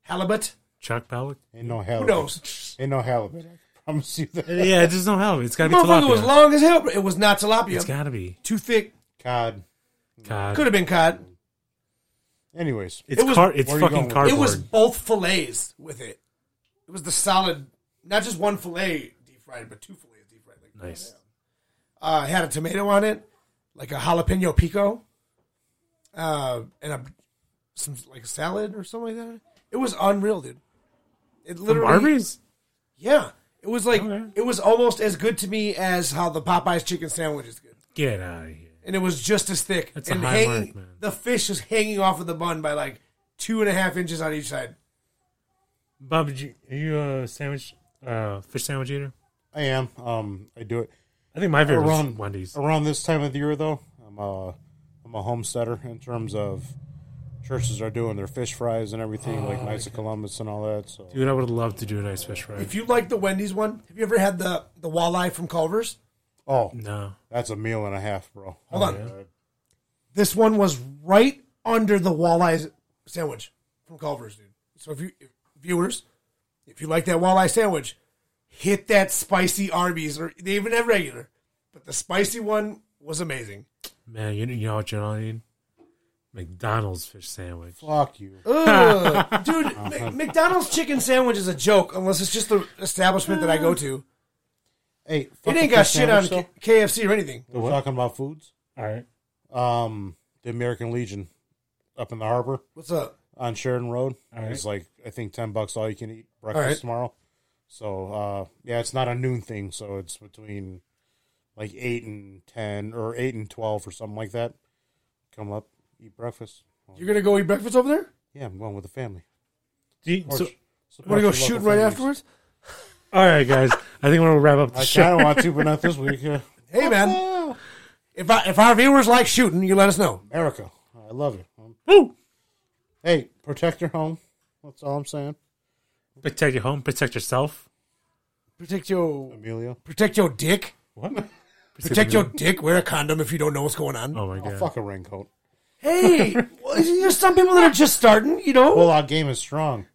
Speaker 2: Halibut?
Speaker 3: Chuck Palahniuk.
Speaker 1: Ain't no
Speaker 2: Who
Speaker 1: halibut.
Speaker 2: knows?
Speaker 1: Ain't no halibut. I promise you that.
Speaker 3: Yeah, it's just no help. It's gotta be
Speaker 2: Motherfucker was
Speaker 3: tilapia.
Speaker 2: long as hell. but It was not tilapia.
Speaker 3: it's gotta be.
Speaker 2: Too thick.
Speaker 1: God.
Speaker 3: God,
Speaker 2: Could have been cod.
Speaker 1: Anyways,
Speaker 3: it's
Speaker 2: it was-
Speaker 3: car- It's
Speaker 1: Where are you
Speaker 3: fucking
Speaker 1: going
Speaker 3: cardboard.
Speaker 2: It was both fillets with it. It was the solid, not just one fillet deep fried, but two fillets deep fried. Like,
Speaker 3: nice.
Speaker 2: uh, it had a tomato on it, like a jalapeno pico, uh, and a some like a salad or something like that. It was unreal, dude. It literally,
Speaker 3: Arby's.
Speaker 2: yeah. It was like
Speaker 3: Okay.
Speaker 2: it was almost as good to me as how the Popeyes chicken sandwich is good,
Speaker 3: Get out of here.
Speaker 2: and it was just as thick.
Speaker 3: That's a
Speaker 2: and
Speaker 3: high
Speaker 2: hanging,
Speaker 3: mark, man.
Speaker 2: the fish was hanging off of the bun by like two and a half inches on each side.
Speaker 3: Bob, did you, are you a sandwich, uh, fish sandwich eater?
Speaker 1: I am. Um, I do it
Speaker 3: I think my favorite was
Speaker 1: Around-
Speaker 3: Wendy's.
Speaker 1: around this time of the year, though. I'm a, I'm a homesteader in terms of churches are doing their fish fries and everything,
Speaker 2: Oh,
Speaker 1: like Knights of Columbus and all that. So
Speaker 3: Dude, I would love to do a nice fish fry.
Speaker 2: If you like the Wendy's one, have you ever had the the walleye from Culver's?
Speaker 1: oh,
Speaker 3: No,
Speaker 1: that's a meal and a half, bro.
Speaker 2: Hold on. This one was right under the walleye sandwich from Culver's, dude. So if you if, viewers, if you like that walleye sandwich, hit that spicy Arby's or they even have regular, but the spicy one was amazing.
Speaker 3: man, you, you know what you don't need? McDonald's fish sandwich.
Speaker 1: Fuck you.
Speaker 2: Uh, Ugh, dude, Mc- McDonald's chicken sandwich is a joke unless it's just the establishment that I go to.
Speaker 1: Hey, fuck
Speaker 2: It
Speaker 1: the
Speaker 2: ain't got
Speaker 1: fish
Speaker 2: shit on
Speaker 1: sandwich,
Speaker 2: K-
Speaker 1: though.
Speaker 2: KFC or anything.
Speaker 1: We're talking about foods.
Speaker 3: All right.
Speaker 1: Um, the American Legion up in the harbor.
Speaker 2: What's up?
Speaker 1: on Sheridan Road.
Speaker 3: All right.
Speaker 1: It's like I think ten bucks all you can eat breakfast
Speaker 2: All right.
Speaker 1: tomorrow. So uh, yeah, it's not a noon thing. So it's between like eight and ten or eight and twelve or something like that. Come up, eat breakfast. Well,
Speaker 2: You're gonna go eat breakfast over there?
Speaker 1: yeah, I'm going with the family.
Speaker 3: Do you-
Speaker 1: Or
Speaker 3: so,
Speaker 1: sh- support
Speaker 2: Want to go
Speaker 1: your local
Speaker 2: shooting right
Speaker 1: families.
Speaker 2: afterwards?
Speaker 3: all right, guys. I think we're gonna wrap up the
Speaker 1: I
Speaker 3: show.
Speaker 1: kind of want to, but not this week. Yeah.
Speaker 2: Hey man, if I, if our viewers like shooting, you let us know.
Speaker 1: America, I love you. Um,
Speaker 3: Woo!
Speaker 1: hey, protect your home. That's all I'm saying,
Speaker 3: Protect your home. Protect yourself.
Speaker 2: Protect your
Speaker 1: Emilio.
Speaker 2: protect your dick.
Speaker 3: What?
Speaker 2: Protect your dick. Wear a condom if you don't know what's going on.
Speaker 3: Oh my
Speaker 1: Oh,
Speaker 3: god.
Speaker 1: fuck a raincoat.
Speaker 2: Hey, well, there's some people that are just starting. You know,
Speaker 1: Pull out game is strong.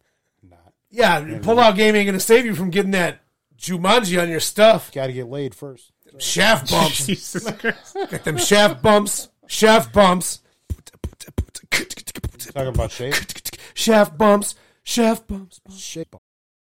Speaker 1: Not.
Speaker 2: yeah. Pull out game ain't gonna save you from getting that Jumanji on your stuff.
Speaker 1: Got to get laid first.
Speaker 2: Shaft bumps.
Speaker 3: Jesus Christ.
Speaker 2: Get them shaft bumps. Shaft bumps.
Speaker 1: Talking about shape.
Speaker 2: Shaft bumps. Shaft bumps.
Speaker 1: Shape.